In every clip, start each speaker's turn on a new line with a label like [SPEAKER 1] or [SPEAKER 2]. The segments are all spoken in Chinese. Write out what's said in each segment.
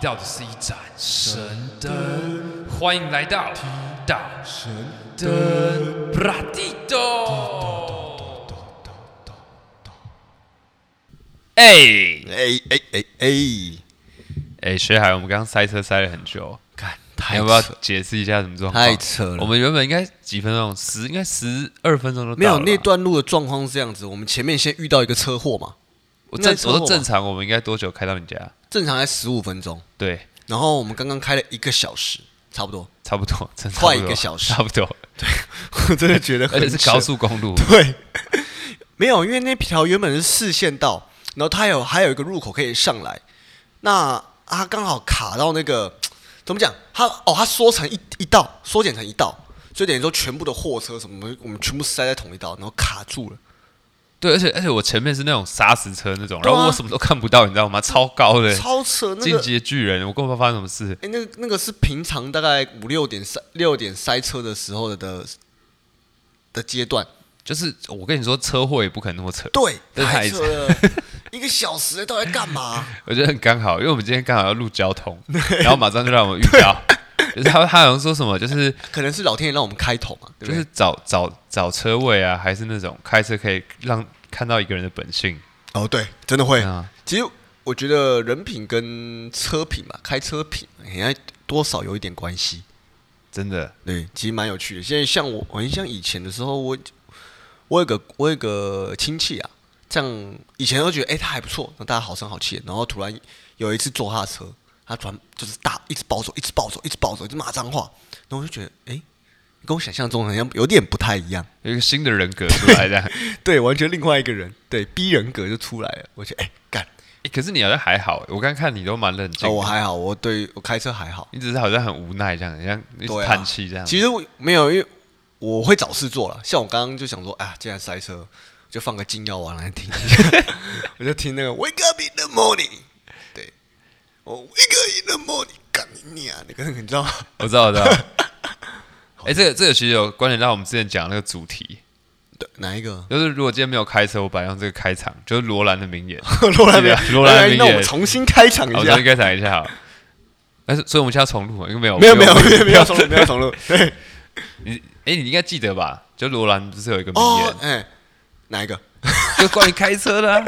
[SPEAKER 1] 到的是一盏神灯，欢迎来到提到神灯布拉蒂多。哎
[SPEAKER 2] 哎哎哎哎，
[SPEAKER 1] 哎，学海，我们刚刚塞车塞了很久，
[SPEAKER 2] 看
[SPEAKER 1] 你
[SPEAKER 2] 太
[SPEAKER 1] 要不要
[SPEAKER 2] 扯
[SPEAKER 1] 解释一下什么状况？
[SPEAKER 2] 太扯了。
[SPEAKER 1] 我们原本应该几分钟，十应该十二分钟都到
[SPEAKER 2] 没有
[SPEAKER 1] 了吧
[SPEAKER 2] 那段路的状况是这样子，我们前面先遇到一个车祸嘛，
[SPEAKER 1] 我
[SPEAKER 2] 那
[SPEAKER 1] 正
[SPEAKER 2] 车
[SPEAKER 1] 我
[SPEAKER 2] 祸
[SPEAKER 1] 说
[SPEAKER 2] 吧
[SPEAKER 1] 正常，我们应该多久开到你家？
[SPEAKER 2] 正常才十五分钟，
[SPEAKER 1] 对，
[SPEAKER 2] 然后我们刚刚开了一个小时，差不多。
[SPEAKER 1] 差不多，真的
[SPEAKER 2] 快
[SPEAKER 1] 差不多
[SPEAKER 2] 一个小时
[SPEAKER 1] 差不多，
[SPEAKER 2] 我真的觉得
[SPEAKER 1] 而且
[SPEAKER 2] 很
[SPEAKER 1] 是
[SPEAKER 2] 扯
[SPEAKER 1] 高速公路，
[SPEAKER 2] 对， 没有，因为那条原本是四线道，然后它有还有一个入口可以上来，那它刚好卡到那个怎么讲？它哦，它缩成一一道，缩减成一道，所以等于说全部的货车什么的，我们全部塞在同一道，然后卡住了。
[SPEAKER 1] 对，而且而且我前面是那种砂石车那种，
[SPEAKER 2] 对啊
[SPEAKER 1] 然后我什么都看不到，你知道吗？超高的，
[SPEAKER 2] 超扯那
[SPEAKER 1] 进
[SPEAKER 2] 个。
[SPEAKER 1] 阶巨人，我根本不知道发生什么事。
[SPEAKER 2] 哎、那个那个是平常大概五六点塞六点塞车的时候的的阶段，
[SPEAKER 1] 就是我跟你说，车祸也不可能那么扯，
[SPEAKER 2] 对，
[SPEAKER 1] 这太
[SPEAKER 2] 太扯了，一个小时到底在干嘛？
[SPEAKER 1] 我觉得很刚好，因为我们今天刚好要录交 通，然后马上就让我们遇到，就是他他好像说什么，就是
[SPEAKER 2] 可能是老天爷让我们开头嘛，对不
[SPEAKER 1] 就
[SPEAKER 2] 对
[SPEAKER 1] 是找找找车位啊，还是那种开车可以让看到一个人的本性
[SPEAKER 2] 哦，对，真的会。
[SPEAKER 1] 啊。
[SPEAKER 2] 其实我觉得人品跟车品吧，开车品应该多少有一点关系。
[SPEAKER 1] 真的，
[SPEAKER 2] 对，其实蛮有趣的。现在像我，很像以前的时候，我我有个我有个亲戚啊，这样以前都觉得哎、他还不错，那大家好声好气，然后突然有一次坐他的车，他突然就是大一直暴走，一直暴走，一直暴走，一直骂脏话，然后我就觉得哎、跟我想象中好像有点不太一样。
[SPEAKER 1] 有一个新的人格出来这 样。
[SPEAKER 2] 对，完全另外一个人，对逼人格就出来了。我觉得哎干、
[SPEAKER 1] 欸可是你好像还好，我刚看你都蛮冷静
[SPEAKER 2] 哦，
[SPEAKER 1] 的，
[SPEAKER 2] 我还好，我对我开车还好。
[SPEAKER 1] 你只是好像很无奈这样，像一直
[SPEAKER 2] 对啊
[SPEAKER 1] 叹气这样。
[SPEAKER 2] 其实我没有，因为我会找事做了。像我刚刚就想说，啊，既然塞车，就放个金药丸 来听一下。我就听那个 Wake up in the morning，对，我 Wake up in the morning，干你娘！那个你知道吗？
[SPEAKER 1] 我知道， 我知道。哎、这个这个其实有关联到我们之前讲的那个主题，？
[SPEAKER 2] 对，哪一个
[SPEAKER 1] 就是如果今天没有开车，我本来用这个开场，就是罗兰的名 言。
[SPEAKER 2] 罗兰的哎
[SPEAKER 1] 是啊罗兰的名言
[SPEAKER 2] 那我们重新开场
[SPEAKER 1] 好我
[SPEAKER 2] 一
[SPEAKER 1] 重
[SPEAKER 2] 下
[SPEAKER 1] 新。开场一下好了。但是，所以我们现在要重录吗，因为没有
[SPEAKER 2] 没有没有没有没有重录没有重录。 对，
[SPEAKER 1] 你哎、你应该记得吧？就罗兰不是有一个名言
[SPEAKER 2] 哦，，哎，哪一个？
[SPEAKER 1] 就关于开车的啊、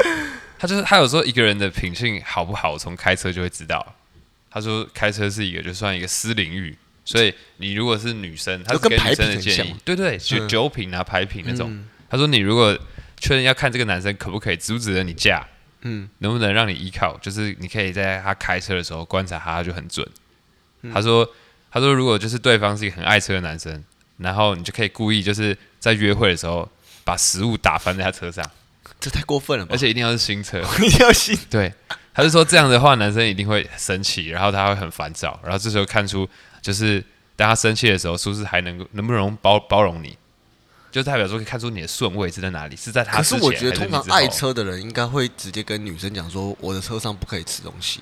[SPEAKER 1] 他就是他有说一个人的品性好不好，从开车就会知道。他说开车是一个就算一个私领域，所以你如果是女生，他是
[SPEAKER 2] 就跟
[SPEAKER 1] 给女生
[SPEAKER 2] 牌品
[SPEAKER 1] 的
[SPEAKER 2] 很
[SPEAKER 1] 建
[SPEAKER 2] 像
[SPEAKER 1] 议
[SPEAKER 2] 嘛，
[SPEAKER 1] 对对，就
[SPEAKER 2] 嗯
[SPEAKER 1] 酒品啊、牌品那种。他说你如果确认要看这个男生可不可以值不值得你嫁，
[SPEAKER 2] 嗯，
[SPEAKER 1] 能不能让你依靠，就是你可以在他开车的时候观察他，他就很准。
[SPEAKER 2] 嗯
[SPEAKER 1] 他说，他说如果就是对方是一个很爱车的男生，然后你就可以故意就是在约会的时候把食物打翻在他车上，
[SPEAKER 2] 这太过分了吧
[SPEAKER 1] 而？且一定要是新车。
[SPEAKER 2] 一定要信。
[SPEAKER 1] 对，他是说这样的话，男生一定会生气，然后他会很烦躁，然后这时候看出就是当他生气的时候，是不是还能够能不能包包容你，就代表说可以看出你的顺位是在哪里，是在他
[SPEAKER 2] 可
[SPEAKER 1] 之
[SPEAKER 2] 是
[SPEAKER 1] 前
[SPEAKER 2] 我觉得，
[SPEAKER 1] 还是
[SPEAKER 2] 通
[SPEAKER 1] 你
[SPEAKER 2] 常
[SPEAKER 1] 之后
[SPEAKER 2] 爱车的人应该会直接跟女生讲说，我的车上不可以吃东西。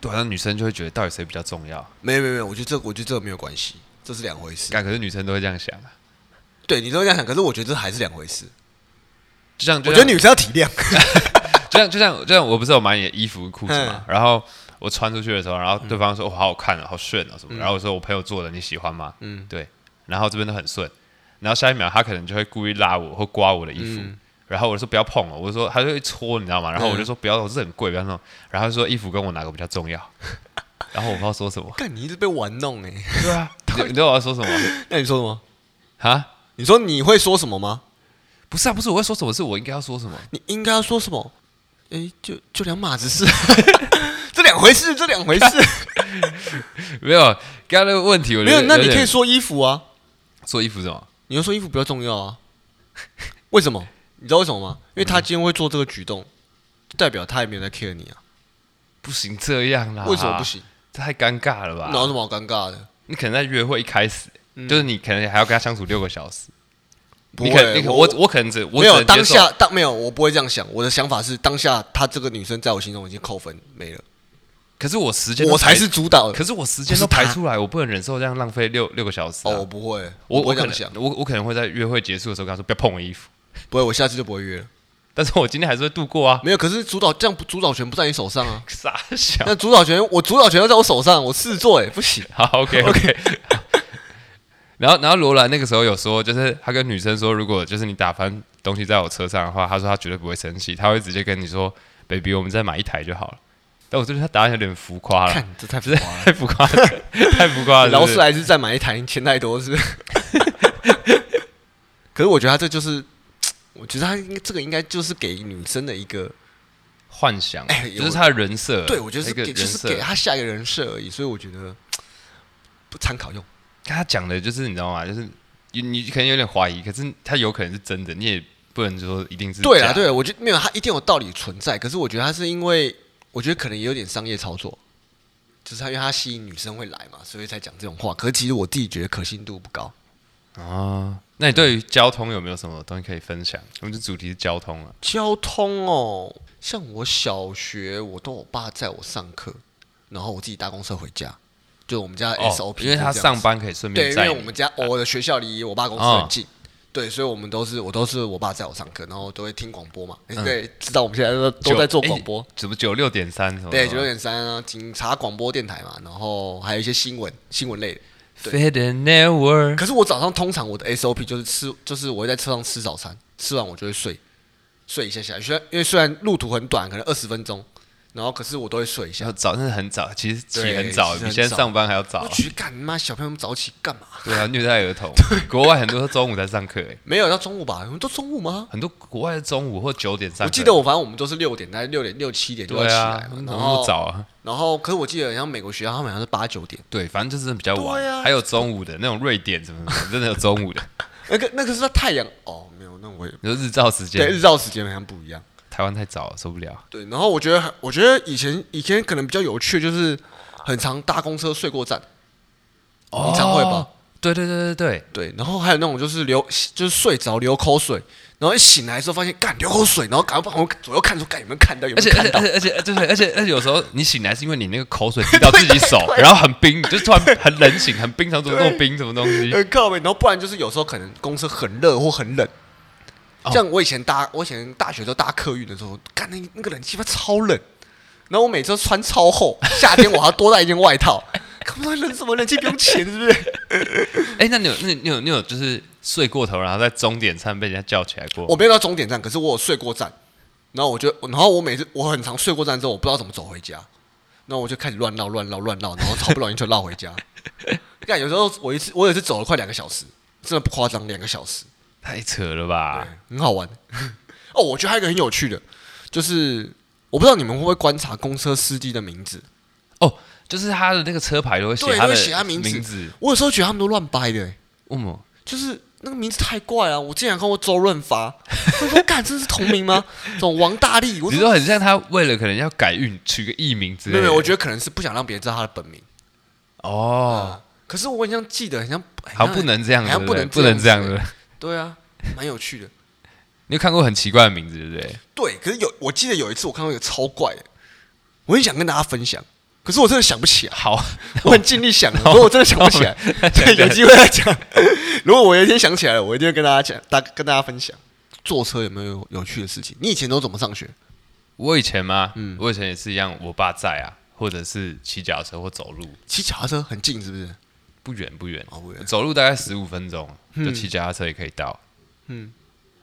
[SPEAKER 1] 对啊，那女生就会觉得到底谁比较重要？
[SPEAKER 2] 没有没有没有，我觉得这我觉得这个没有关系，这是两回事。
[SPEAKER 1] 但可是女生都会这样想啊，
[SPEAKER 2] 对你都这样想，可是我觉得这还是两回事。
[SPEAKER 1] 就像
[SPEAKER 2] 我
[SPEAKER 1] 就
[SPEAKER 2] 觉得
[SPEAKER 1] 像
[SPEAKER 2] 女生要体 谅。。
[SPEAKER 1] 就像就像就像我不是有买你的衣服跟裤子嘛，然后我穿出去的时候，然后对方说、哦好好看哦，好顺哦什么，然后我说我朋友做的，你喜欢吗？嗯，对，然后这边都很顺，然后下一秒他可能就会故意拉我或刮我的衣服。然后我就说不要碰哦，我就说他就会戳，你知道吗？然后我就说不要，我这很贵，不要弄。然后他就说衣服跟我哪个比较重要？ 然后我不知道说什么
[SPEAKER 2] 看你一直被玩弄哎、
[SPEAKER 1] 对啊，你你知道我要说什 么
[SPEAKER 2] 那你说什么？
[SPEAKER 1] 啊？
[SPEAKER 2] 你说你会说什么吗？
[SPEAKER 1] 不是啊，不是我会说什么，是我应该要说什么。
[SPEAKER 2] 你应该要说什么？哎、就就两码子事， 这两回事，这两回 事。
[SPEAKER 1] 没有，刚刚那个问题我觉
[SPEAKER 2] 没
[SPEAKER 1] 得
[SPEAKER 2] 有，那你
[SPEAKER 1] 点
[SPEAKER 2] 可以说衣服啊，
[SPEAKER 1] 说衣服什么？
[SPEAKER 2] 你要说衣服比较重要啊。为什么？你知道为什么吗？因为他今天会做这个举动，代表他也没有在 care 你啊。
[SPEAKER 1] 不行这样啦，
[SPEAKER 2] 为什么不？行？
[SPEAKER 1] 太尴尬了吧？
[SPEAKER 2] 哪有什么好尴尬的？
[SPEAKER 1] 你可能在约会一开始，就是你可能还要跟他相处六个小时，
[SPEAKER 2] 嗯不
[SPEAKER 1] 你可能
[SPEAKER 2] 会
[SPEAKER 1] 你，可我我可能只我
[SPEAKER 2] 没有
[SPEAKER 1] 只能接
[SPEAKER 2] 当
[SPEAKER 1] 受
[SPEAKER 2] 下当没有，我不会这样想。我的想法是当下她这个女生在我心中已经扣分没了，
[SPEAKER 1] 可是我时间都
[SPEAKER 2] 我才
[SPEAKER 1] 排
[SPEAKER 2] 是，主导的。
[SPEAKER 1] 可是我时间都
[SPEAKER 2] 不是他
[SPEAKER 1] 排出来，我不能忍受这样浪费六六个小时啊、
[SPEAKER 2] 哦，我不会，
[SPEAKER 1] 我
[SPEAKER 2] 不会这
[SPEAKER 1] 可
[SPEAKER 2] 样想
[SPEAKER 1] 能，我我可能会在约会结束的时候跟他说不要碰我衣服，
[SPEAKER 2] 不会，我下次就不会约了。
[SPEAKER 1] 但是我今天还是会度过啊，
[SPEAKER 2] 没有，可是主导这样不主导权不在你手上啊。
[SPEAKER 1] 傻小。
[SPEAKER 2] 那主导权，我主导权要在我手上，我狮子座哎，不行。
[SPEAKER 1] 好，OK OK。然后，然后罗兰那个时候有说，就是他跟女生说，如果就是你打翻东西在我车上的话，他说他绝对不会生气，他会直接跟你说，baby，我们再买一台就好了。但我觉得他答案有点浮夸 了，
[SPEAKER 2] 看，这太浮
[SPEAKER 1] 啊就是
[SPEAKER 2] 夸了。
[SPEAKER 1] 太浮夸了，太浮夸了。
[SPEAKER 2] 劳
[SPEAKER 1] 是不
[SPEAKER 2] 斯
[SPEAKER 1] 是
[SPEAKER 2] 莱斯再买一台，你钱太多是 不是？可是我觉得他这就是，我觉得他应该这个应该就是给女生的一个，
[SPEAKER 1] 幻想
[SPEAKER 2] 哎，
[SPEAKER 1] 就是他的人设。
[SPEAKER 2] 对我觉得是
[SPEAKER 1] 那个
[SPEAKER 2] 给
[SPEAKER 1] 人
[SPEAKER 2] 就是
[SPEAKER 1] 设
[SPEAKER 2] 给他啊下一个人设而已，所以我觉得不参考用。
[SPEAKER 1] 他讲的就是你知道吗？就是你你可能有点怀疑，可是他有可能是真的，你也不能说一定是
[SPEAKER 2] 对
[SPEAKER 1] 假
[SPEAKER 2] 啦，
[SPEAKER 1] 的
[SPEAKER 2] 对啦，我觉得没有，他一定有道理存在。可是我觉得他是因为，我觉得可能也有点商业操作，就是他因为他吸引女生会来嘛，所以才讲这种话。可是其实我自己觉得可信度不高。
[SPEAKER 1] 啊。那你对于交通有没有什么东西可以分享？我们这主题是交通了，
[SPEAKER 2] 交通哦，像我小学我都我爸载我上课，然后我自己搭公车回家。就我们家的
[SPEAKER 1] 哦
[SPEAKER 2] SOP，、
[SPEAKER 1] 因为他上班可以顺
[SPEAKER 2] 对，
[SPEAKER 1] 便
[SPEAKER 2] 因
[SPEAKER 1] 载
[SPEAKER 2] 为
[SPEAKER 1] 你。
[SPEAKER 2] 我们家我的学校离我爸公司很近，对，所以我们都是我都是我爸载我上课，然后都会听广播嘛。哎对，知道我们现在都都
[SPEAKER 1] 九
[SPEAKER 2] 在做
[SPEAKER 1] 哎
[SPEAKER 2] 广播，
[SPEAKER 1] 怎么九六点三什么？
[SPEAKER 2] 对，九点三啊，警察广播电台嘛，然后还有一些新闻新闻类的。
[SPEAKER 1] Fed and Network。
[SPEAKER 2] 可是我早上通常我的 SOP 就是吃，就是我会在车上吃早餐，吃完我就会睡，睡一下下。虽然因为虽然路途很短，可能二十分钟，然后可是啊我都会睡一下
[SPEAKER 1] 然后。早真的很早，其实起
[SPEAKER 2] 对
[SPEAKER 1] 很早，
[SPEAKER 2] 其实
[SPEAKER 1] 比
[SPEAKER 2] 很
[SPEAKER 1] 现在
[SPEAKER 2] 早
[SPEAKER 1] 上班还要 早
[SPEAKER 2] 我。去干你妈，小朋友们早起干嘛？
[SPEAKER 1] 对啊，虐待儿 童。国外很多都中午才上课，哎，
[SPEAKER 2] 没有到中午吧？我们都中午吗？
[SPEAKER 1] 很多国外是中午或九点上
[SPEAKER 2] 我
[SPEAKER 1] 课。
[SPEAKER 2] 记得我反正我们都是六点，大概六点六七点就要
[SPEAKER 1] 对
[SPEAKER 2] 起
[SPEAKER 1] 啊
[SPEAKER 2] 来，
[SPEAKER 1] 他
[SPEAKER 2] 嘛。
[SPEAKER 1] 们怎
[SPEAKER 2] 然
[SPEAKER 1] 么那
[SPEAKER 2] 后
[SPEAKER 1] 么早啊？
[SPEAKER 2] 然后可是我记得好像美国学校他们好像是八九点，
[SPEAKER 1] 对，反正就是比较晚，
[SPEAKER 2] 对啊
[SPEAKER 1] 还有中午的那种瑞典什么 什么，真的有中午的，
[SPEAKER 2] 那个那个是在太阳哦，没有，那我也
[SPEAKER 1] 你说日照时
[SPEAKER 2] 对
[SPEAKER 1] 间，
[SPEAKER 2] 日照时间好像不一样。
[SPEAKER 1] 台湾太早了，受不了。
[SPEAKER 2] 对，然后我觉得，我觉得以前以前可能比较有趣，就是很常搭公车睡过站，
[SPEAKER 1] 哦
[SPEAKER 2] 你哦常会吧？？
[SPEAKER 1] 对对对对对，
[SPEAKER 2] 对，然后还有那种就是流，就是睡着流口水，然后一醒来之后发现干流口水，然后赶快往左右看说干有没有看到，有
[SPEAKER 1] 而
[SPEAKER 2] 没
[SPEAKER 1] 且
[SPEAKER 2] 有
[SPEAKER 1] 而
[SPEAKER 2] 看
[SPEAKER 1] 且
[SPEAKER 2] 到
[SPEAKER 1] 而？且而且而且对，而且而且有时候你醒来是因为你那个口水滴到自己手，然后很冰，就突然很冷醒，很冰，常怎么那么冰，什么东西？
[SPEAKER 2] 很呃靠背，然后不然就是有时候可能公车很热或很冷，
[SPEAKER 1] 哦
[SPEAKER 2] 像我以前搭我以前大学都搭客运的时候，干那那个冷气妈超冷，然后我每次都穿超厚，夏天我还要多带一件外套， 看不到冷什么冷气不用钱是不是？
[SPEAKER 1] 哎，那你有那你有你有就是睡过头，然后在终点站被人家叫起来过？
[SPEAKER 2] 我没有到终点站，可是我有睡过站，然后我就，然后我每次我很常睡过站之后，我不知道怎么走回家，然后我就开始乱绕乱绕乱绕，然后好不容易就绕回家。看有时候我一次我有一次走了快两个小时，真的不夸张，两个小时，
[SPEAKER 1] 太扯了吧！
[SPEAKER 2] 很好玩。 哦，我觉得还有一个很有趣的，就是我不知道你们会不会观察公车司机的名字，
[SPEAKER 1] 哦，就是他的那个车牌都会写
[SPEAKER 2] 对
[SPEAKER 1] 他
[SPEAKER 2] 都
[SPEAKER 1] 的
[SPEAKER 2] 会写他名字
[SPEAKER 1] 字，
[SPEAKER 2] 我有时候觉得他们都乱掰的、欸
[SPEAKER 1] 为什么？
[SPEAKER 2] 就是那个名字太怪啊了、我竟然看过周润发，我说干，这是同名吗？这种王大力，我
[SPEAKER 1] 你
[SPEAKER 2] 说
[SPEAKER 1] 说很像他为了可能要改运取个艺名之类
[SPEAKER 2] 没
[SPEAKER 1] 的。
[SPEAKER 2] 有没有，我觉得可能是不想让别人知道他的本名。
[SPEAKER 1] 哦，
[SPEAKER 2] 可是我好像记得，好像很
[SPEAKER 1] 好像不能这样子，
[SPEAKER 2] 哎好
[SPEAKER 1] 对
[SPEAKER 2] 像
[SPEAKER 1] 不对
[SPEAKER 2] 不
[SPEAKER 1] 不
[SPEAKER 2] 能
[SPEAKER 1] 能
[SPEAKER 2] 这
[SPEAKER 1] 这
[SPEAKER 2] 样
[SPEAKER 1] 样
[SPEAKER 2] 子
[SPEAKER 1] 子。
[SPEAKER 2] 对啊，蛮有趣的。
[SPEAKER 1] 你有看过很奇怪的名字，对不对？
[SPEAKER 2] 对，可是有我记得有一次我看到一个超怪的，我很想跟大家分享，可是我真的想 不起来，
[SPEAKER 1] 好，
[SPEAKER 2] 我很尽力想，
[SPEAKER 1] 哦
[SPEAKER 2] 可是我真的想不起来。 对，有机会再讲。如果我有一天想起来了，我一定会跟大家讲，大跟大家分享。坐车有没有有趣的事情？你以前都怎么上学？
[SPEAKER 1] 我以前嘛，
[SPEAKER 2] 嗯
[SPEAKER 1] 我以前也是一样，我爸在啊，或者是骑脚踏车或走路，
[SPEAKER 2] 骑脚踏车很近是不是？
[SPEAKER 1] 不远不远
[SPEAKER 2] 哦不远，
[SPEAKER 1] 走路大概十五分钟，就骑脚踏车也可以到。
[SPEAKER 2] 嗯
[SPEAKER 1] 嗯，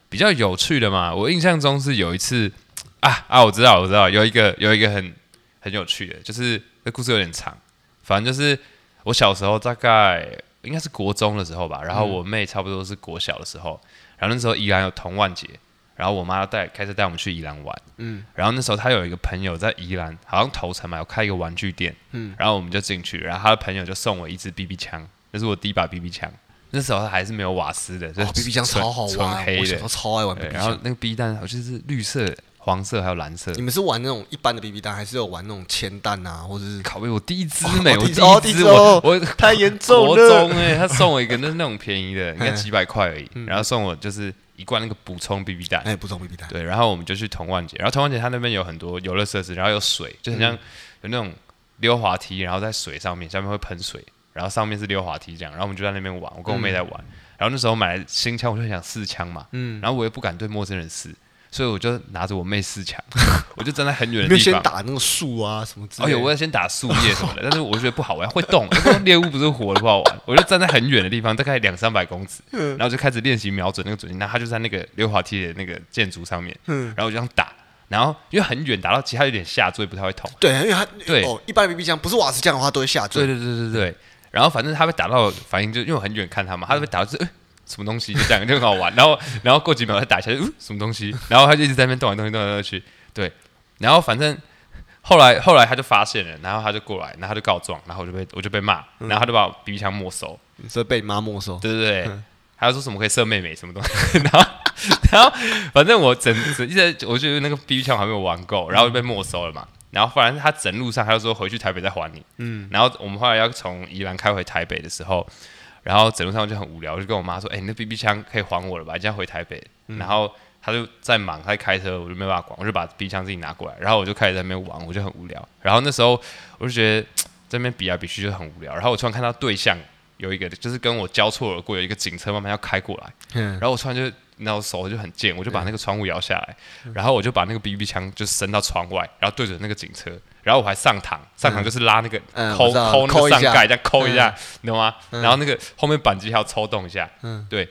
[SPEAKER 1] 比较有趣的嘛，我印象中是有一次啊啊，我知道我知道，有一个有一个很很有趣的，就是这故事有点长，反正就是我小时候大概应该是国中的时候吧，然
[SPEAKER 2] 嗯
[SPEAKER 1] 后我妹差不多是国小的时候，然后那时候宜兰有童万节，然后我妈带开车带我们去宜兰玩，
[SPEAKER 2] 嗯
[SPEAKER 1] 嗯，然后那时候她有一个朋友在宜兰，好像头城嘛，有开一个玩具店，
[SPEAKER 2] 嗯
[SPEAKER 1] 嗯，然后我们就进去，然后她的朋友就送我一支 BB 枪，那是我第一把 BB 枪，那时候还是没有瓦斯的，就
[SPEAKER 2] 哦，BB 枪超好
[SPEAKER 1] 纯
[SPEAKER 2] 玩，啊
[SPEAKER 1] 黑
[SPEAKER 2] 我小
[SPEAKER 1] 的
[SPEAKER 2] 时候，超爱玩
[SPEAKER 1] 对
[SPEAKER 2] BB
[SPEAKER 1] 然后
[SPEAKER 2] 枪。
[SPEAKER 1] 那个 BB 弹好像是绿色、黄色还有蓝色
[SPEAKER 2] 你，们是玩那种一般的 BB 弹，还是有玩那种铅弹啊，或者是
[SPEAKER 1] 拷贝我第一支
[SPEAKER 2] 哦
[SPEAKER 1] 美，
[SPEAKER 2] 哦
[SPEAKER 1] 我
[SPEAKER 2] 第一支哦
[SPEAKER 1] 第一
[SPEAKER 2] 第一
[SPEAKER 1] 支
[SPEAKER 2] 支哦
[SPEAKER 1] 我我
[SPEAKER 2] 太严
[SPEAKER 1] 国中哎、他送我一个那那种便宜的， 应该
[SPEAKER 2] 嗯
[SPEAKER 1] 几百块而已，然后送我就是一罐那个补充 BB 弹，
[SPEAKER 2] 哎，不中 BB 弹，
[SPEAKER 1] 对，然后我们就去童万节，然后童万节它那边有很多游乐设施，然后有水，就很
[SPEAKER 2] 嗯
[SPEAKER 1] 像有那种溜滑梯，然后在水上面，下面会喷水，然后上面是溜滑梯这样，然后我们就在那边玩，我跟我妹在玩，然后那时候买新枪，我就很想试枪嘛，
[SPEAKER 2] 嗯
[SPEAKER 1] 然后我也不敢对陌生人试，所以我就拿着我妹四强， 我就站在很远的
[SPEAKER 2] 有没有
[SPEAKER 1] 地
[SPEAKER 2] 先
[SPEAKER 1] 方。
[SPEAKER 2] 打那个树啊什么之
[SPEAKER 1] 哦，
[SPEAKER 2] 类的？
[SPEAKER 1] 有我要先打树叶什么的，但是我觉得不好玩，会动，因为猎物不是活的不好玩，我就站在很远的地方，大概两三百公尺，
[SPEAKER 2] 嗯
[SPEAKER 1] 然后就开始练习瞄准那个准心，然后他就在那个溜滑梯的那个建筑上面，
[SPEAKER 2] 嗯
[SPEAKER 1] 然后我就这样打，然后因为很远打到其他有点下坠，不太会痛，
[SPEAKER 2] 对，因为它
[SPEAKER 1] 对
[SPEAKER 2] 哦，一般 BB 枪不是瓦斯枪的话都会下坠
[SPEAKER 1] 对，对对对对，然后反正他被打到反应就因为我很远看
[SPEAKER 2] 嗯
[SPEAKER 1] 他嘛，他被打到就是、欸、什么东西，就 这样就很好玩。然后然后过几秒他打下来，嗯、什么东西，然后他就一直在那边动来动去动来动去，对，然后反正。后来，后来他就发现了，然后他就过来，然后他就告状，然后我就被我就被骂，
[SPEAKER 2] 嗯
[SPEAKER 1] 然后他就把我 BB 枪没收，
[SPEAKER 2] 所以被你妈没收。
[SPEAKER 1] 对对对，还有说什么可以射妹妹什么东西， 然后然后反正我整整一直我觉得那个 BB 枪我还没有玩够，然后就被没收了嘛。然后反正他整路上他就说回去台北再还你，嗯。然后我们后来要从宜兰开回台北的时候，然后整路上就很无聊，我就跟我妈说：“哎、你那 BB 枪可以还我了吧？你现在回台北。然后他就在忙，他在开车，我就没办法管，我就把 BB 枪自己拿过来，然后我就开始在那边玩，我就很无聊。然后那时候我就觉得在那边比来比去就很无聊。然后我突然看到对象有一个就是跟我交错而过，有一个警车慢慢要开过来，
[SPEAKER 2] 嗯
[SPEAKER 1] 然，后我突然就。那我手就很贱，我就把那个窗户摇下来，
[SPEAKER 2] 嗯
[SPEAKER 1] 然后我就把那个 BB 枪就伸到窗外，然后对准那个警车，然后我还上膛，上膛就是拉那个
[SPEAKER 2] 嗯
[SPEAKER 1] 抠
[SPEAKER 2] 我知道
[SPEAKER 1] 抠那
[SPEAKER 2] 抠
[SPEAKER 1] 个
[SPEAKER 2] 一
[SPEAKER 1] 上
[SPEAKER 2] 下
[SPEAKER 1] 盖，这样抠一下，你懂吗？然后那个后面扳机还要抽动一下，
[SPEAKER 2] 嗯
[SPEAKER 1] 对。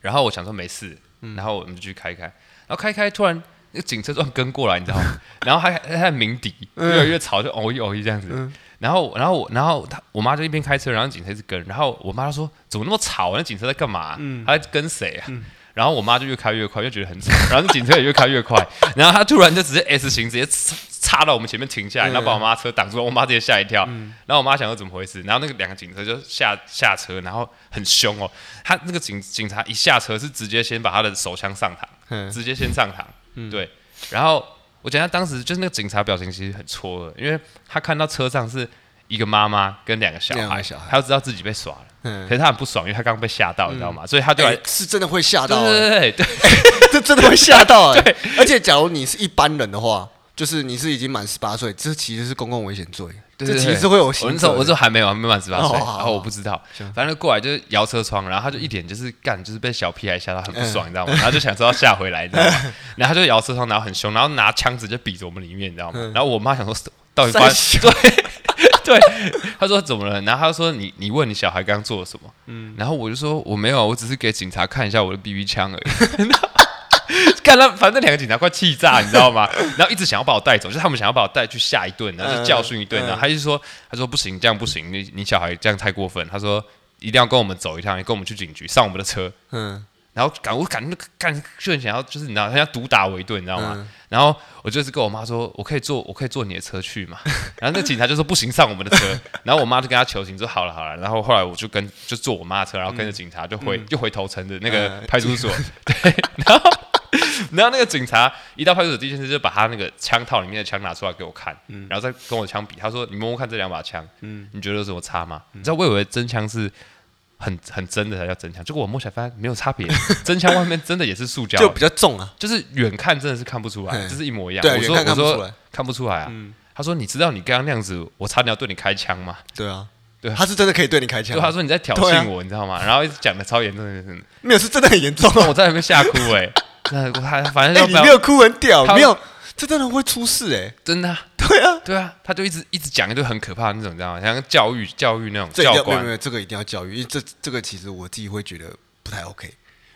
[SPEAKER 1] 然后我想说没事，然后我们就去开开，然后开开突然那个警车突然跟过来，你知道吗？然后还还还鸣笛，越来越吵，就哦一哦一这样子。然后然后我然后他我妈就一边开车，然后警车一直跟，然后我妈就说怎么那么吵啊？那警车在干嘛啊？他在跟谁啊？然后我妈就越开越快，越觉得很吵， 然后那警车也越开越快，然后他突然就直接 S 型直接插插到我们前面停下来，然后把我妈车挡住，我妈直接吓一跳，
[SPEAKER 2] 嗯
[SPEAKER 1] 然后我妈想说怎么回事，然后那个两个警车就下下车，然后很凶哦，他那个警警察一下车是直接先把他的手枪上膛，
[SPEAKER 2] 嗯
[SPEAKER 1] 直接先上膛，对，然后我讲他当时就是那个警察表情其实很错愕，因为他看到车上是一个妈妈跟两个小
[SPEAKER 2] 两
[SPEAKER 1] 孩
[SPEAKER 2] 个小孩，
[SPEAKER 1] 他就知道自己被耍了，
[SPEAKER 2] 嗯哎
[SPEAKER 1] 可是他很不爽，因为他刚刚被吓到，你知道吗？所以他就来
[SPEAKER 2] 对，，是真的会吓
[SPEAKER 1] 对
[SPEAKER 2] 到、欸，
[SPEAKER 1] 对对对对。
[SPEAKER 2] 这 真的会吓到、 欸。对，而且假如你是一般人的话，就是你是已经满十八岁，这其实是公共危险罪，
[SPEAKER 1] 对
[SPEAKER 2] 这
[SPEAKER 1] 对
[SPEAKER 2] 其实
[SPEAKER 1] 对
[SPEAKER 2] 是会有
[SPEAKER 1] 我
[SPEAKER 2] 刑
[SPEAKER 1] 那时候
[SPEAKER 2] 责
[SPEAKER 1] 我那时
[SPEAKER 2] 的。
[SPEAKER 1] 候还没有还没满十八岁，
[SPEAKER 2] 哦好好
[SPEAKER 1] 然后我不知道，反正过来就是摇车窗，然后他就一脸就是干，就是被小屁孩吓到很不爽，你知
[SPEAKER 2] 嗯
[SPEAKER 1] 道吗？然后就想说要吓回来，你知 道吗？然后他就摇车窗，然后很凶，然后拿枪直接比着我们里面，你知道吗？
[SPEAKER 2] 嗯
[SPEAKER 1] 然后我妈想说到底发
[SPEAKER 2] 三小
[SPEAKER 1] 对 对，他说怎么了？然后他说你你问你小孩刚做了什么？嗯，然后我就说我没有，我只是给警察看一下我的 BB 枪而已。 看他，反正两个警察快气炸，你知道吗？ 然后一直想要把我带走，就是他们想要把我带去下一顿，然后就教训一顿。然后他就说，他说不行，这样不行，你你小孩这样太过分。他说一定要跟我们走一趟，跟我们去警局，上我们的车。
[SPEAKER 2] 嗯，
[SPEAKER 1] 然后感我感觉干就很想要，就是你知道，他要毒打我一顿，你知道吗？然后我就是跟我妈说，我可以坐，我可以坐你的车去嘛。 然后那警察就说不行，上我们的车。 然后我妈就跟他求情，说好了好了。然后后来我就跟就坐我妈的车，然后跟着警察就回、就回头城的那个派出所。对，然后 然后那个警察一到派出所，第一件事就把他那个枪套里面的枪拿出来给我看，然后再跟我枪比，他说你摸摸看这两把枪，你觉得有什么差吗？
[SPEAKER 2] 嗯
[SPEAKER 1] 你知道我以为真枪是。很很真的才叫真枪，结果我摸起来发现没有差别， 真枪外面真的也是塑胶，
[SPEAKER 2] 就比较重啊。
[SPEAKER 1] 就是远看真的是看不出来，
[SPEAKER 2] 嘿
[SPEAKER 1] 就是一模一样。
[SPEAKER 2] 对啊
[SPEAKER 1] 我说
[SPEAKER 2] 远
[SPEAKER 1] 我
[SPEAKER 2] 看看不出
[SPEAKER 1] 说
[SPEAKER 2] 来嗯
[SPEAKER 1] 看不出来啊。他说你知道你刚刚那样子，我差点要对你开枪吗？
[SPEAKER 2] 对啊，
[SPEAKER 1] 对啊
[SPEAKER 2] 他是真的可以对你开枪
[SPEAKER 1] 就，他说你在挑
[SPEAKER 2] 对啊
[SPEAKER 1] 衅我，你知道吗？然后一直讲的超严重 的，
[SPEAKER 2] 没有是真的很 严重哦。
[SPEAKER 1] 我在那边吓哭哎，真的，他反正
[SPEAKER 2] 哎、
[SPEAKER 1] 要不
[SPEAKER 2] 你
[SPEAKER 1] 要
[SPEAKER 2] 没有哭很屌，
[SPEAKER 1] 他
[SPEAKER 2] 没有，这真的会出事哎、
[SPEAKER 1] 真的啊
[SPEAKER 2] 对啊，
[SPEAKER 1] 对啊，他就一直一直讲一堆很可怕的那种，你知道吗？像教育教育那种
[SPEAKER 2] 这一定
[SPEAKER 1] 教
[SPEAKER 2] 要没有
[SPEAKER 1] 官
[SPEAKER 2] 没，有，这个一定要教育，因为这这个其实我自己会觉得不太 OK，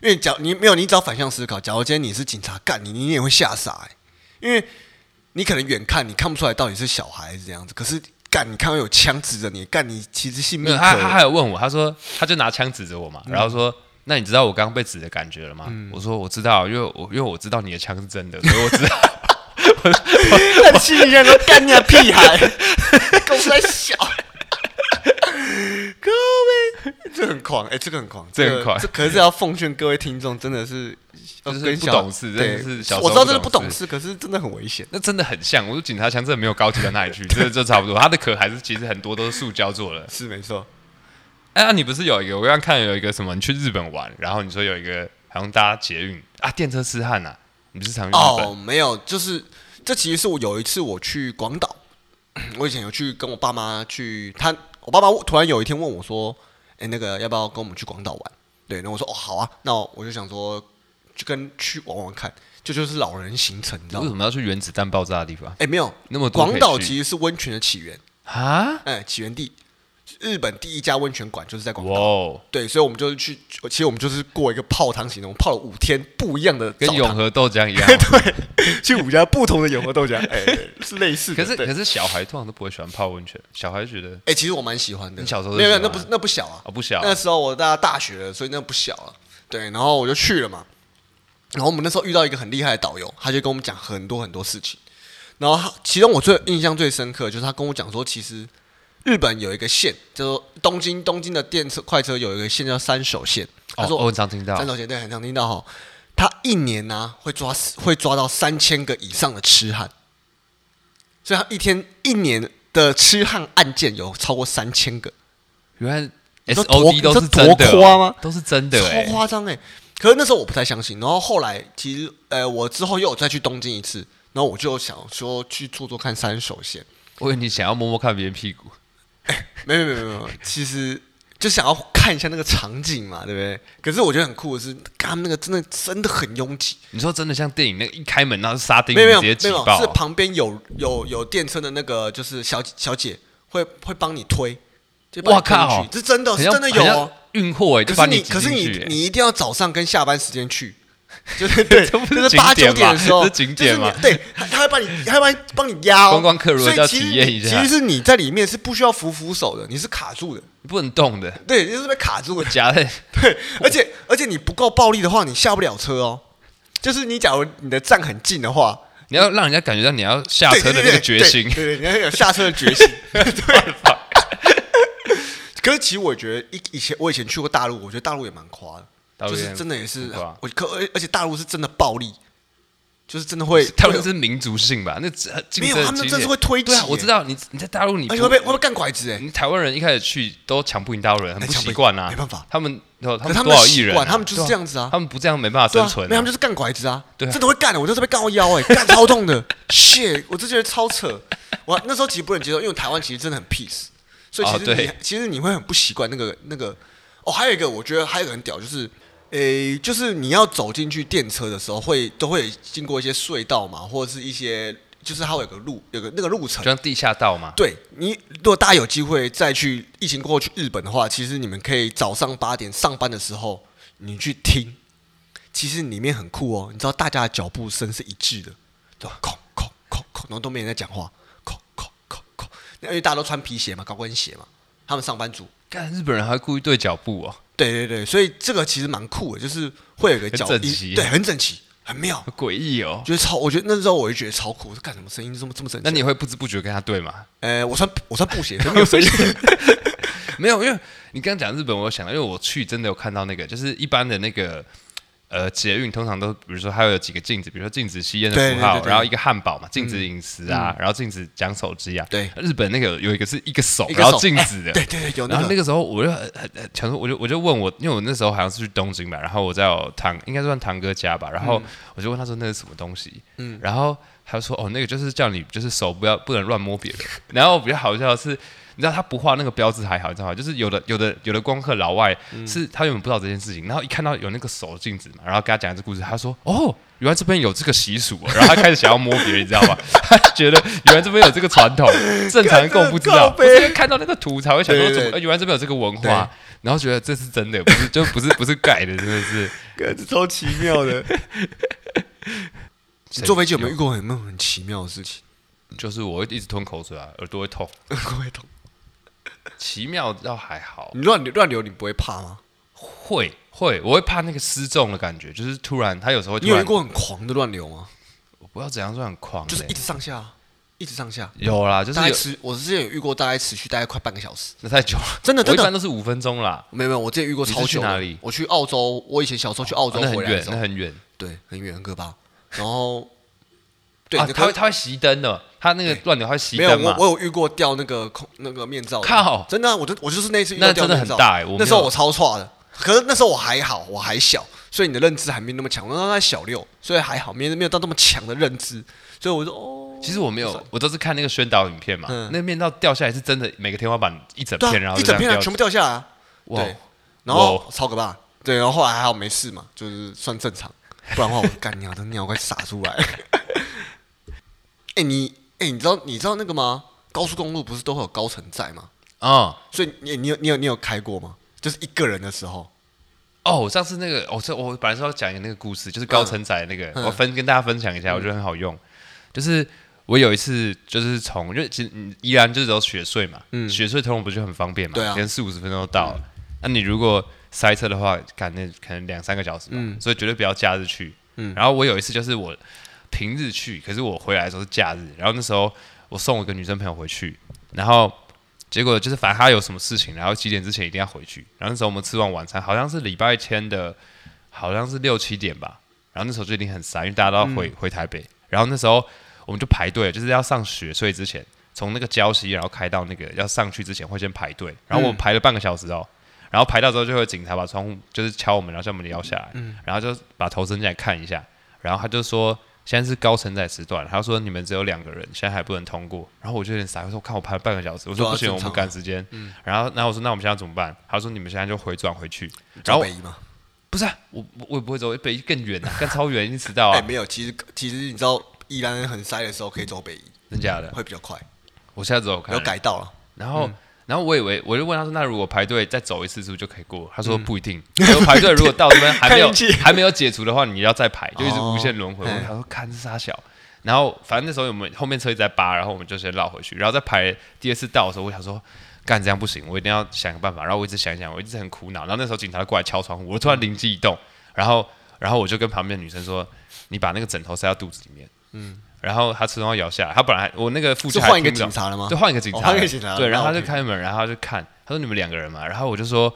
[SPEAKER 2] 因为假你没有你只要反向思考，假如今天你是警察干你，你也会吓傻、欸，因为你可能远看你看不出来到底是小孩还是这样子，可是干你看到有枪指着你，干你其实性
[SPEAKER 1] 没
[SPEAKER 2] 命
[SPEAKER 1] 有，他
[SPEAKER 2] 可
[SPEAKER 1] 他
[SPEAKER 2] 疑。
[SPEAKER 1] 还有问我，他说他就拿枪指着我嘛，
[SPEAKER 2] 嗯
[SPEAKER 1] 然后说。那你知道我刚刚被指的感觉了吗？我说我知道，因为我因为我知道你的枪是真的，所以我知道。
[SPEAKER 2] 他心里想说干你个屁孩， 狗在 小。各位，这很狂，哎、这个很狂，
[SPEAKER 1] 这个很
[SPEAKER 2] 个
[SPEAKER 1] 狂
[SPEAKER 2] 这可是要奉劝各位听众，真的是要
[SPEAKER 1] 就是
[SPEAKER 2] 跟
[SPEAKER 1] 不
[SPEAKER 2] 小
[SPEAKER 1] 懂事真的
[SPEAKER 2] 对
[SPEAKER 1] 是小时候
[SPEAKER 2] 我知道
[SPEAKER 1] 不
[SPEAKER 2] 这是
[SPEAKER 1] 懂
[SPEAKER 2] 不懂
[SPEAKER 1] 事
[SPEAKER 2] 事，可是真的很危险。
[SPEAKER 1] 那真的很像。我说警察枪真的没有高级到哪里去，这这差不多。它的壳还是其实很多都是塑胶做的。
[SPEAKER 2] 是没错，
[SPEAKER 1] 哎、啊，你不是有一个？我刚刚看有一个什么？你去日本玩，然后你说有一个好像搭捷运啊，电车痴汉啊，你不是常去日本？
[SPEAKER 2] 哦，没有，就是这其实是我有一次我去广岛， 我以前有去跟我爸妈去，他我爸妈突然有一天问我说：“哎、那个要不要跟我们去广岛玩？”对，然后我说：“哦，好啊。”那我就想说就跟去玩玩看，这就是老人行程，你知道
[SPEAKER 1] 为
[SPEAKER 2] 吗？
[SPEAKER 1] 什么要去原子弹爆炸的地方
[SPEAKER 2] 哎、没有，
[SPEAKER 1] 嗯那么多可以
[SPEAKER 2] 广岛
[SPEAKER 1] 去
[SPEAKER 2] 其实是温泉的起源，
[SPEAKER 1] 啊？
[SPEAKER 2] 哎、起源地，日本第一家温泉馆就是在广
[SPEAKER 1] 哇
[SPEAKER 2] 岛。
[SPEAKER 1] 哦，
[SPEAKER 2] 对，所以我们就是去，其实我们就是过一个泡汤行程，我们泡了五天不一样的
[SPEAKER 1] 跟
[SPEAKER 2] 澡
[SPEAKER 1] 永
[SPEAKER 2] 堂，
[SPEAKER 1] 和豆 浆一样。哦
[SPEAKER 2] 去五家不同的永和豆浆，哎、对 是类似的。
[SPEAKER 1] 可是
[SPEAKER 2] 对
[SPEAKER 1] 可是小孩通常都不会喜欢泡温泉，小孩觉得
[SPEAKER 2] 哎、其实我蛮喜欢的。
[SPEAKER 1] 你小时候就
[SPEAKER 2] 没有
[SPEAKER 1] 喜
[SPEAKER 2] 没有，那
[SPEAKER 1] 欢
[SPEAKER 2] 不是那不小啊，
[SPEAKER 1] 哦不小
[SPEAKER 2] 那时候我大大学了，所以那不小了。对，然后我就去了嘛。然后我们那时候遇到一个很厉害的导游，他就跟我们讲很多很多事情。然后他其中我最印象最深刻的就是他跟我讲说，其实日本有一个县叫做东京，东京的电车快车有一个县叫三手线。他
[SPEAKER 1] 哦，
[SPEAKER 2] 说、
[SPEAKER 1] 哦我常听到
[SPEAKER 2] 三手线对，很常听到哈。他一年呢、会抓会抓到三千个以上的痴汉，所以他一天一年的痴汉案件有超过三千个，
[SPEAKER 1] 原来
[SPEAKER 2] 你说
[SPEAKER 1] S
[SPEAKER 2] 多
[SPEAKER 1] O D 都是真
[SPEAKER 2] 你
[SPEAKER 1] 的
[SPEAKER 2] 说多夸吗
[SPEAKER 1] 哦，都是真的哎
[SPEAKER 2] 超。夸张哎！可是那时候我不太相信，然后后来其实呃，我之后又有再去东京一次，然后我就想说去做做看三手线，
[SPEAKER 1] 我以为你想要摸摸看别人屁股，
[SPEAKER 2] 没有没有没有没有， 其实就想要看一下那个场景嘛，对不对？可是我觉得很酷的是，他们那个真的真的很拥挤，
[SPEAKER 1] 你说真的像电影那个一开门然后沙丁
[SPEAKER 2] 没有没
[SPEAKER 1] 鱼
[SPEAKER 2] 有
[SPEAKER 1] 直接
[SPEAKER 2] 没有，
[SPEAKER 1] 挤爆
[SPEAKER 2] 是
[SPEAKER 1] 哦，
[SPEAKER 2] 旁边有有有电车的那个就是小姐小姐会会帮你推，就帮你
[SPEAKER 1] 哇靠
[SPEAKER 2] 推进去这真的
[SPEAKER 1] 很
[SPEAKER 2] 是
[SPEAKER 1] 像
[SPEAKER 2] 真的有
[SPEAKER 1] 很
[SPEAKER 2] 哦
[SPEAKER 1] 像。运货哎，就
[SPEAKER 2] 可
[SPEAKER 1] 把
[SPEAKER 2] 是你，
[SPEAKER 1] 挤
[SPEAKER 2] 可是
[SPEAKER 1] 进
[SPEAKER 2] 你
[SPEAKER 1] 去，哎
[SPEAKER 2] 你一定要早上跟下班时 间去，就是对，
[SPEAKER 1] 这不是
[SPEAKER 2] 就是八
[SPEAKER 1] 景
[SPEAKER 2] 九
[SPEAKER 1] 点
[SPEAKER 2] 点
[SPEAKER 1] 吗
[SPEAKER 2] 的时候，
[SPEAKER 1] 这是景点吗
[SPEAKER 2] 就是你对，他他会帮你，他会帮你帮你压哦。
[SPEAKER 1] 观光客如果
[SPEAKER 2] 所以
[SPEAKER 1] 要
[SPEAKER 2] 其实
[SPEAKER 1] 体验
[SPEAKER 2] 你
[SPEAKER 1] 一下
[SPEAKER 2] 其实是你在里面是不需要扶扶手的，你是卡住的，
[SPEAKER 1] 你不能动的，
[SPEAKER 2] 对，你就是被卡住的。
[SPEAKER 1] 夹在
[SPEAKER 2] 对，而且而且你不够暴力的话，你下不了车哦。就是你假如你的站很近的话，
[SPEAKER 1] 你要让人家感觉到你要下车的那个决心
[SPEAKER 2] 对，对对对对，你要有下车的 决心。对。 可是其实我觉得以以前我以前去过大陆，我觉得大陆也蛮夸
[SPEAKER 1] 大
[SPEAKER 2] 的，
[SPEAKER 1] 陆
[SPEAKER 2] 就
[SPEAKER 1] 也
[SPEAKER 2] 是真的也是
[SPEAKER 1] 很夸，
[SPEAKER 2] 我可而而且大陆是真的暴力，就是真的会，
[SPEAKER 1] 他们
[SPEAKER 2] 会
[SPEAKER 1] 是民族性吧？那只竞
[SPEAKER 2] 没有
[SPEAKER 1] 争
[SPEAKER 2] 他们
[SPEAKER 1] 激
[SPEAKER 2] 真
[SPEAKER 1] 烈
[SPEAKER 2] 是会推
[SPEAKER 1] 对啊，
[SPEAKER 2] 挤
[SPEAKER 1] 我
[SPEAKER 2] 耶
[SPEAKER 1] 知道你你在大陆你
[SPEAKER 2] 而且
[SPEAKER 1] 不
[SPEAKER 2] 会被会被干拐子哎，
[SPEAKER 1] 你台湾人一开始去都抢不赢大陆人，很不
[SPEAKER 2] 哎抢不
[SPEAKER 1] 习
[SPEAKER 2] 赢
[SPEAKER 1] 惯啊，
[SPEAKER 2] 没办法
[SPEAKER 1] 他们哦他
[SPEAKER 2] 可
[SPEAKER 1] 们
[SPEAKER 2] 他们
[SPEAKER 1] 多
[SPEAKER 2] 的
[SPEAKER 1] 少亿
[SPEAKER 2] 习
[SPEAKER 1] 人啊，
[SPEAKER 2] 惯，他们就是
[SPEAKER 1] 对啊
[SPEAKER 2] 这样子啊，
[SPEAKER 1] 他们不这样没办法
[SPEAKER 2] 对
[SPEAKER 1] 生
[SPEAKER 2] 啊，
[SPEAKER 1] 存
[SPEAKER 2] 没
[SPEAKER 1] 啊。
[SPEAKER 2] 有他们就是干拐子啊，
[SPEAKER 1] 对啊
[SPEAKER 2] 真的会干的，我就是被干到腰 哎，干超痛的，shit，我就觉得超扯，我那时候其实不能接受，因为台湾其实真的很 peace，所以其实
[SPEAKER 1] 哦
[SPEAKER 2] 你、
[SPEAKER 1] 对
[SPEAKER 2] 其实你会很不习惯那个那个，哦，还有一个我觉得还有一个很屌就是。诶，就是你要走进去电车的时候会，都会经过一些隧道嘛，或者是一些，就是它会有个路，有个那个路程
[SPEAKER 1] 就。像地下道嘛，
[SPEAKER 2] 对你，如果大家有机会再去疫情过后去日本的话，其实你们可以早上八点上班的时候，你去听，其实里面很酷哦。你知道大家的脚步声是一致的，对吧？空空空空，然后都没人在讲话，空空空空，因为大家都穿皮鞋嘛，高跟鞋嘛，他们上班族。
[SPEAKER 1] 看日本人还会故意对脚步哦，
[SPEAKER 2] 对对对，所以这个其实蛮酷的，就是会有一个脚
[SPEAKER 1] 很整
[SPEAKER 2] 一
[SPEAKER 1] 齐
[SPEAKER 2] 对，很整齐，很妙，
[SPEAKER 1] 好诡异哦。
[SPEAKER 2] 就是超。我觉得那时候我就觉得超酷，我说干什么声音这么这么整
[SPEAKER 1] 那
[SPEAKER 2] 齐？
[SPEAKER 1] 你会不知不觉跟他对吗？
[SPEAKER 2] 呃，我穿我穿布鞋，所以没有声音。
[SPEAKER 1] 没有，因为你刚刚讲日本，我有想到，因为我去真的有看到那个，就是一般的那个呃捷运，通常都比如说它会有几个镜子，比如说禁止吸烟的
[SPEAKER 2] 对
[SPEAKER 1] 符号，
[SPEAKER 2] 对对对嗯
[SPEAKER 1] 然后一个汉堡嘛，禁止饮食啊，然后禁止讲手机啊。
[SPEAKER 2] 对
[SPEAKER 1] 日本那个有一个是一个手，
[SPEAKER 2] 一个
[SPEAKER 1] 然后
[SPEAKER 2] 手
[SPEAKER 1] 禁
[SPEAKER 2] 哎
[SPEAKER 1] 止的。
[SPEAKER 2] 对对对，有
[SPEAKER 1] 然后
[SPEAKER 2] 那
[SPEAKER 1] 那
[SPEAKER 2] 个
[SPEAKER 1] 个时候我就很很很想说，我就我就问我，因为我那时候好像是去东京吧，然后我在我堂应该算堂哥家吧，然
[SPEAKER 2] 嗯
[SPEAKER 1] 后我就问他说那是什么东西，嗯，然后他就说哦那个就是叫你就是手不要不能乱摸别人，然后比较好笑的是。你知道他不画那个标志还好，你知道吗？就是有的有的有的光客老外、
[SPEAKER 2] 嗯
[SPEAKER 1] 是他原本不知道这件事情，然后一看到有那个手镜子嘛，然后跟他讲这故事，他说：“哦，原来这边有这个习俗、哦。”然后他开始想要摸别人，你知道吗？ 他觉得原来这边有这个传统，正常人根本不知道
[SPEAKER 2] 干这个靠，
[SPEAKER 1] 我
[SPEAKER 2] 背
[SPEAKER 1] 是因为看到那个图才会想说
[SPEAKER 2] 对对
[SPEAKER 1] 怎
[SPEAKER 2] 对
[SPEAKER 1] 么，呃原来这边有这个文
[SPEAKER 2] 对
[SPEAKER 1] 化，然后觉得这是真的，不是 就不是不是盖的，真的是。
[SPEAKER 2] 个子超奇妙的。 你坐飞机有没有遇过有没有很奇妙的 事情？
[SPEAKER 1] 就是我会一直吞口水啊，耳朵会痛。
[SPEAKER 2] 各位同，
[SPEAKER 1] 奇妙倒还好，
[SPEAKER 2] 你乱流乱流，你不会怕吗？
[SPEAKER 1] 会会，我会怕那个失重的感觉，就是突然他有时候会
[SPEAKER 2] 你
[SPEAKER 1] 突
[SPEAKER 2] 有遇
[SPEAKER 1] 然，
[SPEAKER 2] 过很狂的乱流吗？
[SPEAKER 1] 我不知道怎样算很狂欸，
[SPEAKER 2] 就是一直上下，啊一直上下，
[SPEAKER 1] 有啦，就是
[SPEAKER 2] 大概
[SPEAKER 1] 有
[SPEAKER 2] 持我之前有遇过，大概持续大概快半个小时。
[SPEAKER 1] 那太久了，
[SPEAKER 2] 真的
[SPEAKER 1] 我
[SPEAKER 2] 真
[SPEAKER 1] 一般
[SPEAKER 2] 的，
[SPEAKER 1] 都是五分钟啦，
[SPEAKER 2] 没有没有，我之前遇过
[SPEAKER 1] 你是
[SPEAKER 2] 超
[SPEAKER 1] 去
[SPEAKER 2] 久的。
[SPEAKER 1] 哪里哦
[SPEAKER 2] 我去澳洲，我以前小时候去澳洲
[SPEAKER 1] 那很
[SPEAKER 2] 回来的
[SPEAKER 1] 远，
[SPEAKER 2] 时候
[SPEAKER 1] 那，很远。
[SPEAKER 2] 对，很远很可怕。然后，对，
[SPEAKER 1] 啊，
[SPEAKER 2] 你
[SPEAKER 1] 他会
[SPEAKER 2] 看
[SPEAKER 1] 他会熄灯的，他那个
[SPEAKER 2] 对
[SPEAKER 1] 乱流他会熄
[SPEAKER 2] 没有
[SPEAKER 1] 灯
[SPEAKER 2] 我
[SPEAKER 1] 嘛？
[SPEAKER 2] 我有遇过掉那个空那个面罩的，
[SPEAKER 1] 靠
[SPEAKER 2] 真的啊、我就我就是那一次遇到
[SPEAKER 1] 那
[SPEAKER 2] 掉
[SPEAKER 1] 真的
[SPEAKER 2] 面
[SPEAKER 1] 很
[SPEAKER 2] 罩，
[SPEAKER 1] 大欸我没有
[SPEAKER 2] 那时候我超差的，可是那时候我还好，我还小，所以你的认知还没那么强。我那时候才小六，所以还好，没没有到那么强的认知，所以我就哦，
[SPEAKER 1] 其实我没有，我都是看那个宣导影片嘛，
[SPEAKER 2] 嗯
[SPEAKER 1] 那个面罩掉下来是真的，每个天花板一整
[SPEAKER 2] 对
[SPEAKER 1] 片，
[SPEAKER 2] 啊
[SPEAKER 1] 然，后
[SPEAKER 2] 一
[SPEAKER 1] 就
[SPEAKER 2] 整
[SPEAKER 1] 这
[SPEAKER 2] 片
[SPEAKER 1] 样
[SPEAKER 2] 啊
[SPEAKER 1] 掉
[SPEAKER 2] 全部掉下来啊，
[SPEAKER 1] 哇
[SPEAKER 2] 对，然
[SPEAKER 1] 哇
[SPEAKER 2] 后超可怕，对，然后后来还好没事嘛，就是算正常。不然的话我干尿，我的尿快洒出来。 哎、你哎、你知道你知道那个吗？高速公路不是都会有高层载吗？
[SPEAKER 1] 哦
[SPEAKER 2] 所以你你有你有你有开过吗？就是一个人的时候，
[SPEAKER 1] 哦，我上次那个，我、这我本来是要讲一个那个故事，就是高承载那个，我分跟大家分享一下，我觉得很好用。就是我有一次，就是从因为其实你依然就是有雪隧嘛，雪隧通常不就很方便嘛，
[SPEAKER 2] 嗯对啊嗯
[SPEAKER 1] 连四五十分钟都到了。那你如果塞车的话，赶那可能两三个小时吧，
[SPEAKER 2] 嗯
[SPEAKER 1] 所以绝对不要假日去。然后我有一次就是我平日去，可是我回来的时候是假日，然后那时候我送我一个女生朋友回去，然后。结果就是，反正她有什么事情，然后几点之前一定要回去。然后那时候我们吃完晚餐，好像是礼拜天的，好像是六七点吧。然后那时候就已经很塞，因为大家都要回、回台北。然后那时候我们就排队，就是要上雪隧之前，从那个礁溪然后开到那个要上去之前会先排队。然后我们排了半个小时哦，然后排到之后就会有警察把窗户就是敲我们，然后叫我们摇下来，然后就把头伸进来看一下。然后他就说现在是高承载时段，他说你们只有两个人，现在还不能通过。然后我就有点傻，我说看我排了半个小时，我
[SPEAKER 2] 对
[SPEAKER 1] 说
[SPEAKER 2] 啊
[SPEAKER 1] 不行，我
[SPEAKER 2] 正常
[SPEAKER 1] 们
[SPEAKER 2] 啊
[SPEAKER 1] 赶时间。然后然后我说那我们现在怎么办？他说你们现在就回转回去。然
[SPEAKER 2] 找
[SPEAKER 1] 后
[SPEAKER 2] 北一吗？
[SPEAKER 1] 不是啊，我我我也不会走北更远啊，更超远，一定迟到
[SPEAKER 2] 哎、
[SPEAKER 1] 啊，
[SPEAKER 2] 没有，其实其实你知道，宜兰很塞的时候可以走北宜，
[SPEAKER 1] 真假的？
[SPEAKER 2] 会比较快，
[SPEAKER 1] 我下次走看
[SPEAKER 2] 有。改道了。
[SPEAKER 1] 然后然后我以为我就问他说，那如果排队再走一次是不是就可以过？他说不一定，他说排队如果到这边还没有
[SPEAKER 2] 嗯 看运气
[SPEAKER 1] 还没有解除的话，你要再排，就一直
[SPEAKER 2] 哦
[SPEAKER 1] 无限轮回。我
[SPEAKER 2] 嗯
[SPEAKER 1] 想说看这傻小。然后反正那时候我们后面车一直在扒，然后我们就先绕回去，然后再排第二次到的时候，我想说。干这样不行，我一定要想个办法。然后我一直想一想，我一直很苦恼。然后那时候警察过来敲窗户，我突然灵机一动，然后然后我就跟旁边的女生说：“你把那个枕头塞到肚子里面。”嗯，然后她车窗摇下来，她本来我那个副
[SPEAKER 2] 是
[SPEAKER 1] 驾还
[SPEAKER 2] 换一个
[SPEAKER 1] 听不懂
[SPEAKER 2] 警察了吗
[SPEAKER 1] 对，换一个警察
[SPEAKER 2] 哦
[SPEAKER 1] 了，
[SPEAKER 2] 换一个警察了
[SPEAKER 1] 对，然后他
[SPEAKER 2] 那
[SPEAKER 1] 就
[SPEAKER 2] OK
[SPEAKER 1] 开门，然后他就看，他说你们两个人嘛，然后我就说，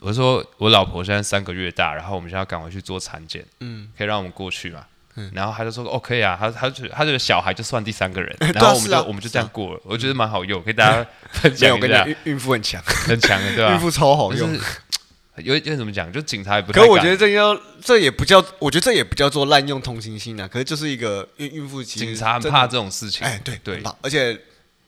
[SPEAKER 1] 我就说我老婆现在三个月大，然后我们现在要赶回去做产检，嗯，可以让我们过去嘛。
[SPEAKER 2] 嗯
[SPEAKER 1] 然后他就说哦可以啊，他他就他这个小孩就算第三个 人，然后我们
[SPEAKER 2] 是
[SPEAKER 1] 就
[SPEAKER 2] 啊
[SPEAKER 1] 我们就这样过了，我觉得蛮好用，可以大 家分
[SPEAKER 2] 没有，
[SPEAKER 1] 享
[SPEAKER 2] 我跟
[SPEAKER 1] 一
[SPEAKER 2] 你
[SPEAKER 1] 下
[SPEAKER 2] 讲，，孕孕妇很强，
[SPEAKER 1] 很强 的对吧啊
[SPEAKER 2] 孕？妇超好
[SPEAKER 1] 就是
[SPEAKER 2] 用。
[SPEAKER 1] 有有怎么讲，就警察也不太敢，
[SPEAKER 2] 可是我觉得这要，这也不叫，我觉得这也不叫做滥用同情心啊。可是就是一个孕孕妇其实
[SPEAKER 1] 警察很
[SPEAKER 2] 真的
[SPEAKER 1] 怕，这种事情，
[SPEAKER 2] 哎，对
[SPEAKER 1] 对
[SPEAKER 2] 很，怕而且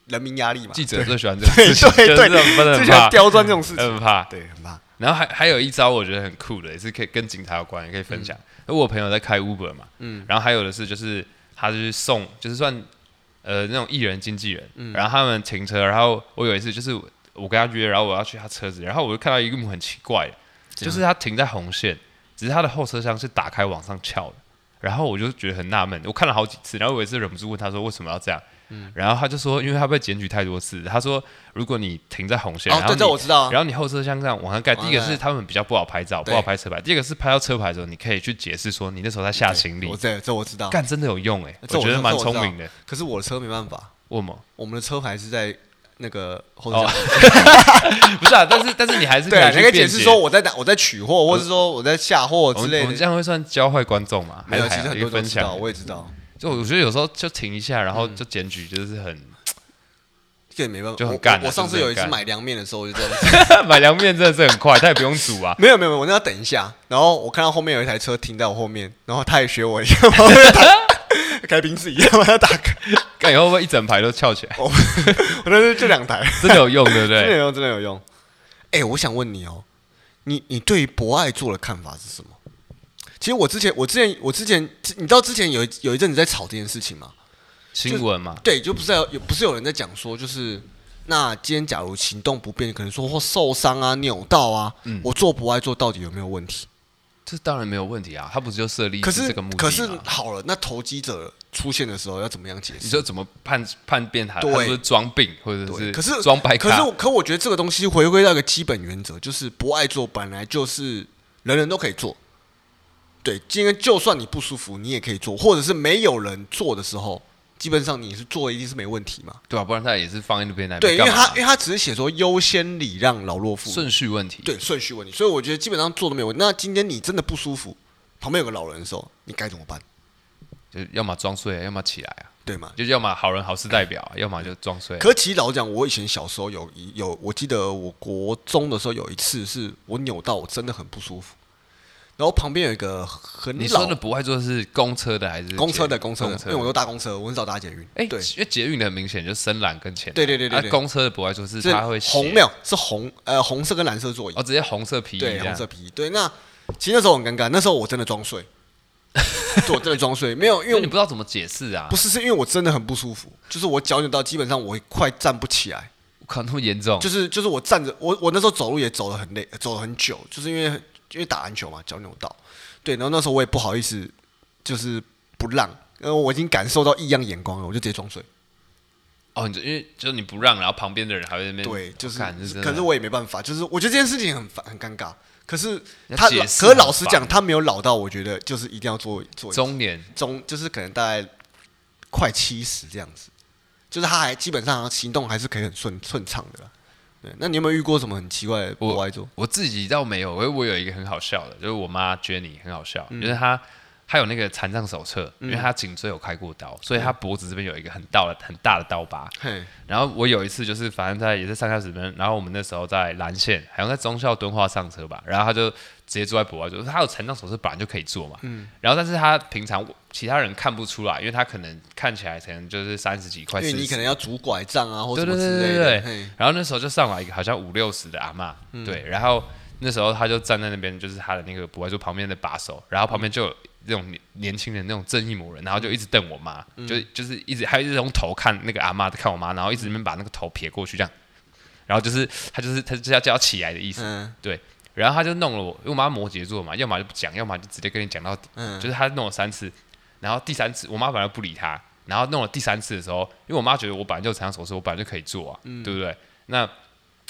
[SPEAKER 2] 人民压力嘛，
[SPEAKER 1] 记者
[SPEAKER 2] 对
[SPEAKER 1] 最喜欢这种事情，
[SPEAKER 2] 对
[SPEAKER 1] 就是
[SPEAKER 2] 对
[SPEAKER 1] 这种真的
[SPEAKER 2] 最
[SPEAKER 1] 很
[SPEAKER 2] 喜欢
[SPEAKER 1] 怕，嗯
[SPEAKER 2] 刁钻这种事情，
[SPEAKER 1] 很怕，
[SPEAKER 2] 对，很怕。
[SPEAKER 1] 然后还还有一招我觉得很酷的，也是可以跟警察有关，也可以分享。
[SPEAKER 2] 嗯
[SPEAKER 1] 因为我朋友在开 Uber 嘛，然后还有的是就是他就是送，就是算呃那种艺人经纪人，
[SPEAKER 2] 嗯
[SPEAKER 1] 然后他们停车，然后我有一次就是我跟他约，然后我要去他车子，然后我就看到一幕很奇怪的，就是他停在红线，只是他的后车厢是打开往上翘的，然后我就觉得很纳闷，我看了好几次，然后我也是忍不住问他说为什么要这样。
[SPEAKER 2] 嗯
[SPEAKER 1] 然后他就说，因为他被检举太多次。他说，如果你停在红线，
[SPEAKER 2] 哦
[SPEAKER 1] 然，后
[SPEAKER 2] 对，
[SPEAKER 1] 你
[SPEAKER 2] 这我知道啊。
[SPEAKER 1] 然后你后车厢这样往上盖，
[SPEAKER 2] 往
[SPEAKER 1] 第
[SPEAKER 2] 上
[SPEAKER 1] 一个是他们比较不好拍照，
[SPEAKER 2] 对
[SPEAKER 1] 不好拍车牌；第二个是拍到车牌的时候，你可以去解释说你那时候在下行李
[SPEAKER 2] 我，这这我知道。
[SPEAKER 1] 干真的有用哎，
[SPEAKER 2] 这
[SPEAKER 1] 我
[SPEAKER 2] 我
[SPEAKER 1] 觉
[SPEAKER 2] 知
[SPEAKER 1] 得
[SPEAKER 2] 道
[SPEAKER 1] 蛮
[SPEAKER 2] 这我知道
[SPEAKER 1] 聪明的。
[SPEAKER 2] 可是我的车没办法，
[SPEAKER 1] 我吗？
[SPEAKER 2] 我们的车牌是在那个
[SPEAKER 1] 哦
[SPEAKER 2] 后车厢。
[SPEAKER 1] 不是啊，但是但是你还是
[SPEAKER 2] 对啊，你
[SPEAKER 1] 去
[SPEAKER 2] 可以解
[SPEAKER 1] 辩
[SPEAKER 2] 释
[SPEAKER 1] 解
[SPEAKER 2] 说我在哪，我在取货，或者说我在下货
[SPEAKER 1] 我
[SPEAKER 2] 之
[SPEAKER 1] 们
[SPEAKER 2] 类
[SPEAKER 1] 我们这
[SPEAKER 2] 的。
[SPEAKER 1] 样会算教坏观众嘛？
[SPEAKER 2] 没
[SPEAKER 1] 还是
[SPEAKER 2] 有，其
[SPEAKER 1] 还
[SPEAKER 2] 实
[SPEAKER 1] 好
[SPEAKER 2] 很
[SPEAKER 1] 一个
[SPEAKER 2] 多都
[SPEAKER 1] 分
[SPEAKER 2] 知道，嗯
[SPEAKER 1] 享。
[SPEAKER 2] 我也知道，
[SPEAKER 1] 就我觉得有时候就停一下，然后就检举，就是很
[SPEAKER 2] 这也没办法，
[SPEAKER 1] 就很
[SPEAKER 2] 我
[SPEAKER 1] 干啊
[SPEAKER 2] 我我上次
[SPEAKER 1] 就是
[SPEAKER 2] 有
[SPEAKER 1] 很
[SPEAKER 2] 一次
[SPEAKER 1] 干
[SPEAKER 2] 买凉面的时候，我就这样。
[SPEAKER 1] 买凉面真的是很快，他也不用煮 啊。
[SPEAKER 2] 没有没有，没有，我那要等一下。然后我看到后面有一台车停在我后面，然后他也学我一样，把我就打 开瓶子一样把它打开。
[SPEAKER 1] 干以后会不会一整排都翘起
[SPEAKER 2] 哦
[SPEAKER 1] 来？
[SPEAKER 2] 我那是这两台，
[SPEAKER 1] 真的有用，对不
[SPEAKER 2] 真的
[SPEAKER 1] 对？
[SPEAKER 2] 有用，真的有用。哎、我想问你哦，你你对于博爱座的看法是什么？其实我之前，我之前，我之前，你知道之前有一有一阵子在吵这件事情吗？
[SPEAKER 1] 新闻嘛，
[SPEAKER 2] 对，就不是有有不是有人在讲说，就是那今天假如行动不便，可能说或受伤啊、扭到啊，
[SPEAKER 1] 嗯
[SPEAKER 2] 我做博爱座到底有没有问题？
[SPEAKER 1] 这当然没有问题啊，他不是就设立
[SPEAKER 2] 可是
[SPEAKER 1] 这个目的
[SPEAKER 2] 可是
[SPEAKER 1] 吗
[SPEAKER 2] 好了，那投机者出现的时候要怎么样解
[SPEAKER 1] 你
[SPEAKER 2] 释？
[SPEAKER 1] 说怎么判判辨他？他
[SPEAKER 2] 对
[SPEAKER 1] 是不是装病，或者
[SPEAKER 2] 对，可是
[SPEAKER 1] 装白卡？
[SPEAKER 2] 可是我可我觉得这个东西回归到一个基本原则，就是不爱做本来就是人人都可以做。对，今天就算你不舒服，你也可以做，或者是没有人做的时候，基本上你是做一定是没问题嘛。
[SPEAKER 1] 对吧、不然他也是放在那边来
[SPEAKER 2] 对，因为
[SPEAKER 1] 干嘛
[SPEAKER 2] 他因为他只是写说优先礼让老弱妇孺，
[SPEAKER 1] 顺序问题。
[SPEAKER 2] 对顺序问题，所以我觉得基本上做都没有问题。那今天你真的不舒服，旁边有个老人的时候，你该怎么办？
[SPEAKER 1] 就要么装睡，要么起来啊，
[SPEAKER 2] 对吗？
[SPEAKER 1] 就要么好人好事代表、啊，要么就装睡啊、
[SPEAKER 2] 可其实老实讲，我以前小时候有一有，我记得我国中的时候有一次是我扭到，我真的很不舒服。然后旁边有一个很
[SPEAKER 1] 你说
[SPEAKER 2] 老
[SPEAKER 1] 的不会做是公车的还是
[SPEAKER 2] 公车
[SPEAKER 1] 捷
[SPEAKER 2] 的公车的，因为我都搭公车，我很少搭捷运。
[SPEAKER 1] 哎，
[SPEAKER 2] 对，
[SPEAKER 1] 因为捷运的很明显就深蓝跟浅蓝，
[SPEAKER 2] 对对对对
[SPEAKER 1] 啊
[SPEAKER 2] 对
[SPEAKER 1] 公车的不会做是
[SPEAKER 2] 是
[SPEAKER 1] 它会斜哦
[SPEAKER 2] 红没有是红呃红色跟蓝色座椅，
[SPEAKER 1] 哦，直接红色皮衣这
[SPEAKER 2] 对红
[SPEAKER 1] 样
[SPEAKER 2] 色，皮衣。对，那其实那时候很尴尬，那时候我真的装睡， 对我真的装睡，没有，
[SPEAKER 1] 因
[SPEAKER 2] 因
[SPEAKER 1] 为
[SPEAKER 2] 为
[SPEAKER 1] 你不知道怎么解释啊，
[SPEAKER 2] 不是，是因为我真的很不舒服，就是我脚扭到，基本上我快站不起来，
[SPEAKER 1] 我靠，那么严重，
[SPEAKER 2] 就是就是我站着，我我那时候走路也走得很累，走了很久，就是因为因为打篮球嘛，脚扭到，对，然后那时候我也不好意思，就是不让，因为我已经感受到异样眼光了，我就直接装睡，
[SPEAKER 1] 哦，你就因为就是你不让，然后旁边的人还会在那边，
[SPEAKER 2] 对，就是
[SPEAKER 1] 哎干这真，的
[SPEAKER 2] 可是我也没办法，就是我觉得这件事情很烦很尴尬，可是
[SPEAKER 1] 要
[SPEAKER 2] 他
[SPEAKER 1] 解
[SPEAKER 2] 老
[SPEAKER 1] 释
[SPEAKER 2] 可是
[SPEAKER 1] 很
[SPEAKER 2] 老实
[SPEAKER 1] 烦
[SPEAKER 2] 讲，他没有老到我觉得就是一定要做做一
[SPEAKER 1] 中年
[SPEAKER 2] 中就是可能大概快七十这样子，就是他还基本上行动还是可以很顺顺畅的啦。对，那你有没有遇过什么很奇怪的
[SPEAKER 1] 我
[SPEAKER 2] 国外做？
[SPEAKER 1] 我自己倒没有，因为我有一个很好笑的，就是我妈 Jenny 很好笑，
[SPEAKER 2] 嗯
[SPEAKER 1] 就是她她有那个残障手册，因为她颈椎有开过
[SPEAKER 2] 嗯
[SPEAKER 1] 刀，所以她脖子这边有一个很大的很大的刀疤。
[SPEAKER 2] 嘿，
[SPEAKER 1] 然后我有一次就是反正在也是上下十分，然后我们那时候在蓝线，好像在中校敦化上车吧，然后她就直接坐在博外座，她有残障手册本来就可以坐嘛，
[SPEAKER 2] 嗯
[SPEAKER 1] 然后但是她平常其他人看不出来，因为她可能看起来可能就是三十几块，
[SPEAKER 2] 因为你
[SPEAKER 1] 40
[SPEAKER 2] 可能要拄拐杖啊，或
[SPEAKER 1] 对
[SPEAKER 2] 什么
[SPEAKER 1] 对
[SPEAKER 2] 之
[SPEAKER 1] 对
[SPEAKER 2] 类
[SPEAKER 1] 对对
[SPEAKER 2] 的。嘿，
[SPEAKER 1] 然后那时候就上来一个好像五六十的阿嬷，对，然后那时候他就站在那边，就是他的那个博爱座旁边的把手，然后旁边就有那种年年轻人那种正义魔人，然后就一直瞪我妈，就就是一直还有一直用头看那个阿嬷看我妈，然后一直在那边把那个头撇过去这样，然后就是他就是他就是要叫她起来的意思，
[SPEAKER 2] 嗯
[SPEAKER 1] 对。然后他就弄了我，因为我妈摩羯座嘛，要么就不讲，要么就直接跟你讲到底。
[SPEAKER 2] 嗯
[SPEAKER 1] 就是他弄了三次，然后第三次我妈本来不理他，然后弄了第三次的时候，因为我妈觉得我本来就有肠手术，我本来就可以做啊，对不对？那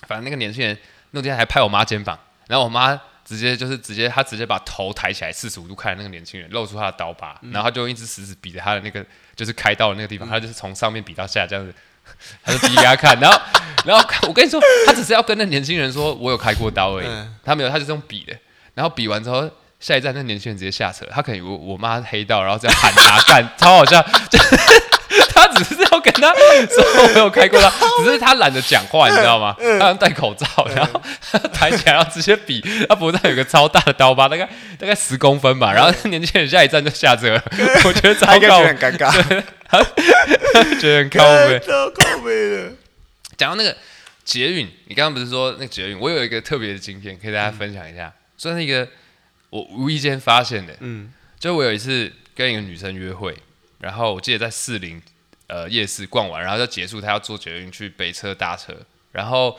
[SPEAKER 1] 反正那个年轻人那天还拍我妈肩膀，然后我妈直接就是直接她直接把头抬起来四十五度看那个年轻人，露出他的刀疤，然后她就用一只食指比着他的那个就是开刀的那个地方，她就是从上面比到下这样子。他就比给他看，然后， 然后我跟你说，他只是要跟那年轻人说，我有开过刀而已
[SPEAKER 2] 嗯，
[SPEAKER 1] 他没有，他就是用比的。然后比完之后，下一站那年轻人直接下车，他可能以为我妈黑道，然后这样喊他干， 超好笑。就是他只是要跟他说我没有开过刀，只是他懒得讲话，你知道吗？他好像戴口罩，然后 他抬起来，然后直接比，他脖子上有个超大的刀疤，大概大概十公分吧。然后那年轻人下一站就下车了，我觉得
[SPEAKER 2] 他
[SPEAKER 1] 超
[SPEAKER 2] 应该觉
[SPEAKER 1] 搞
[SPEAKER 2] 得，很尴尬，
[SPEAKER 1] 觉得很靠 背。
[SPEAKER 2] 到靠背的。
[SPEAKER 1] 讲到那个捷运，你刚刚不是说那个捷运，我有一个特别的经验可以大家分享一下，算是一个我无意间发现的。
[SPEAKER 2] 嗯
[SPEAKER 1] 就我有一次跟一个女生约会，然后我记得在士林呃夜市逛完，然后就结束，她要坐捷运去北车搭车，然后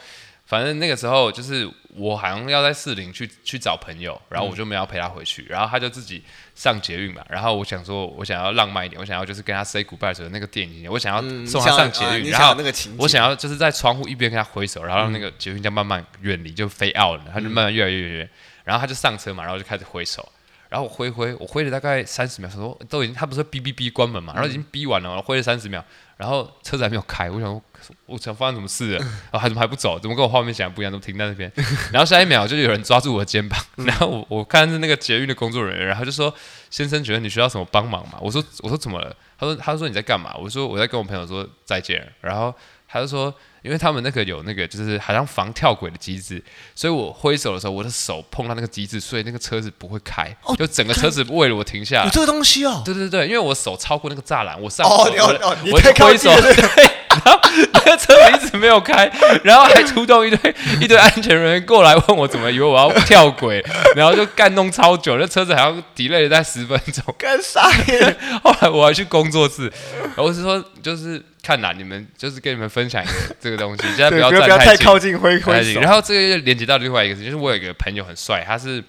[SPEAKER 1] 反正那个时候就是我好像要在士林去 去找朋友，然后我就没有要陪她回去，然后她就自己上捷运嘛，然后我想说我想要浪漫一点，我想要就是跟她 say goodbye 的时候那个电影，我想要
[SPEAKER 2] 嗯，
[SPEAKER 1] 送
[SPEAKER 2] 你
[SPEAKER 1] 她
[SPEAKER 2] 想
[SPEAKER 1] 上捷
[SPEAKER 2] 啊
[SPEAKER 1] 运，
[SPEAKER 2] 你
[SPEAKER 1] 然后
[SPEAKER 2] 想那个情景，嗯
[SPEAKER 1] 我想要就是在窗户一边跟他挥手，然后让那个捷运这样慢慢远离，就飞 out 了，他就慢慢越来越远，然后他就上车嘛，然后就开始挥手，然后我挥挥，我挥了大概三十秒，想说都已经他不是哔哔哔关门嘛，然后已经哔完了，我挥了三十秒，然后车子还没有开，我想说我想发生什么事了， 然后还怎么还不走，怎么跟我画面想的不一样，都停在那边， 然后下一秒就有人抓住我的肩膀， 然后我我看是那个捷运的工作人员，然后就说先生觉得你需要什么帮忙吗？我说我说怎么了？他说他说你在干嘛？我说我在跟我朋友说再见了，然后。他就说，因为他们那个有那个就是好像防跳轨的机制，所以我挥手的时候，我的手碰到那个机制，所以那个车子不会开，
[SPEAKER 2] 哦
[SPEAKER 1] 就整个车子为了我停下
[SPEAKER 2] 有
[SPEAKER 1] 来。
[SPEAKER 2] 这个东西哦。
[SPEAKER 1] 啊 对对对，因为我手超过那个栅栏，我上手
[SPEAKER 2] 哦，
[SPEAKER 1] 我
[SPEAKER 2] 你哦
[SPEAKER 1] 的
[SPEAKER 2] 哦，你
[SPEAKER 1] 我
[SPEAKER 2] 太
[SPEAKER 1] 的
[SPEAKER 2] 靠
[SPEAKER 1] 挥
[SPEAKER 2] 近
[SPEAKER 1] 手，
[SPEAKER 2] 了对
[SPEAKER 1] 对，然后那个车子一直没有开，然后 还出动一堆一堆安全人员过来问我怎么以为我要跳轨，然后就干弄超久，那车子好像 delay 了在十分钟。
[SPEAKER 2] 干啥呀？
[SPEAKER 1] 后来我还去工作室，我是说，就是看啦，你们就是跟你们分享一个这个东西， 现在
[SPEAKER 2] 对，
[SPEAKER 1] 不
[SPEAKER 2] 不
[SPEAKER 1] 要站
[SPEAKER 2] 要不要太
[SPEAKER 1] 太近
[SPEAKER 2] 靠近挥
[SPEAKER 1] 不要太
[SPEAKER 2] 挥
[SPEAKER 1] 近
[SPEAKER 2] 手。
[SPEAKER 1] 然后这个又连接到另外一个事情，就是我有一个朋友很帅，他是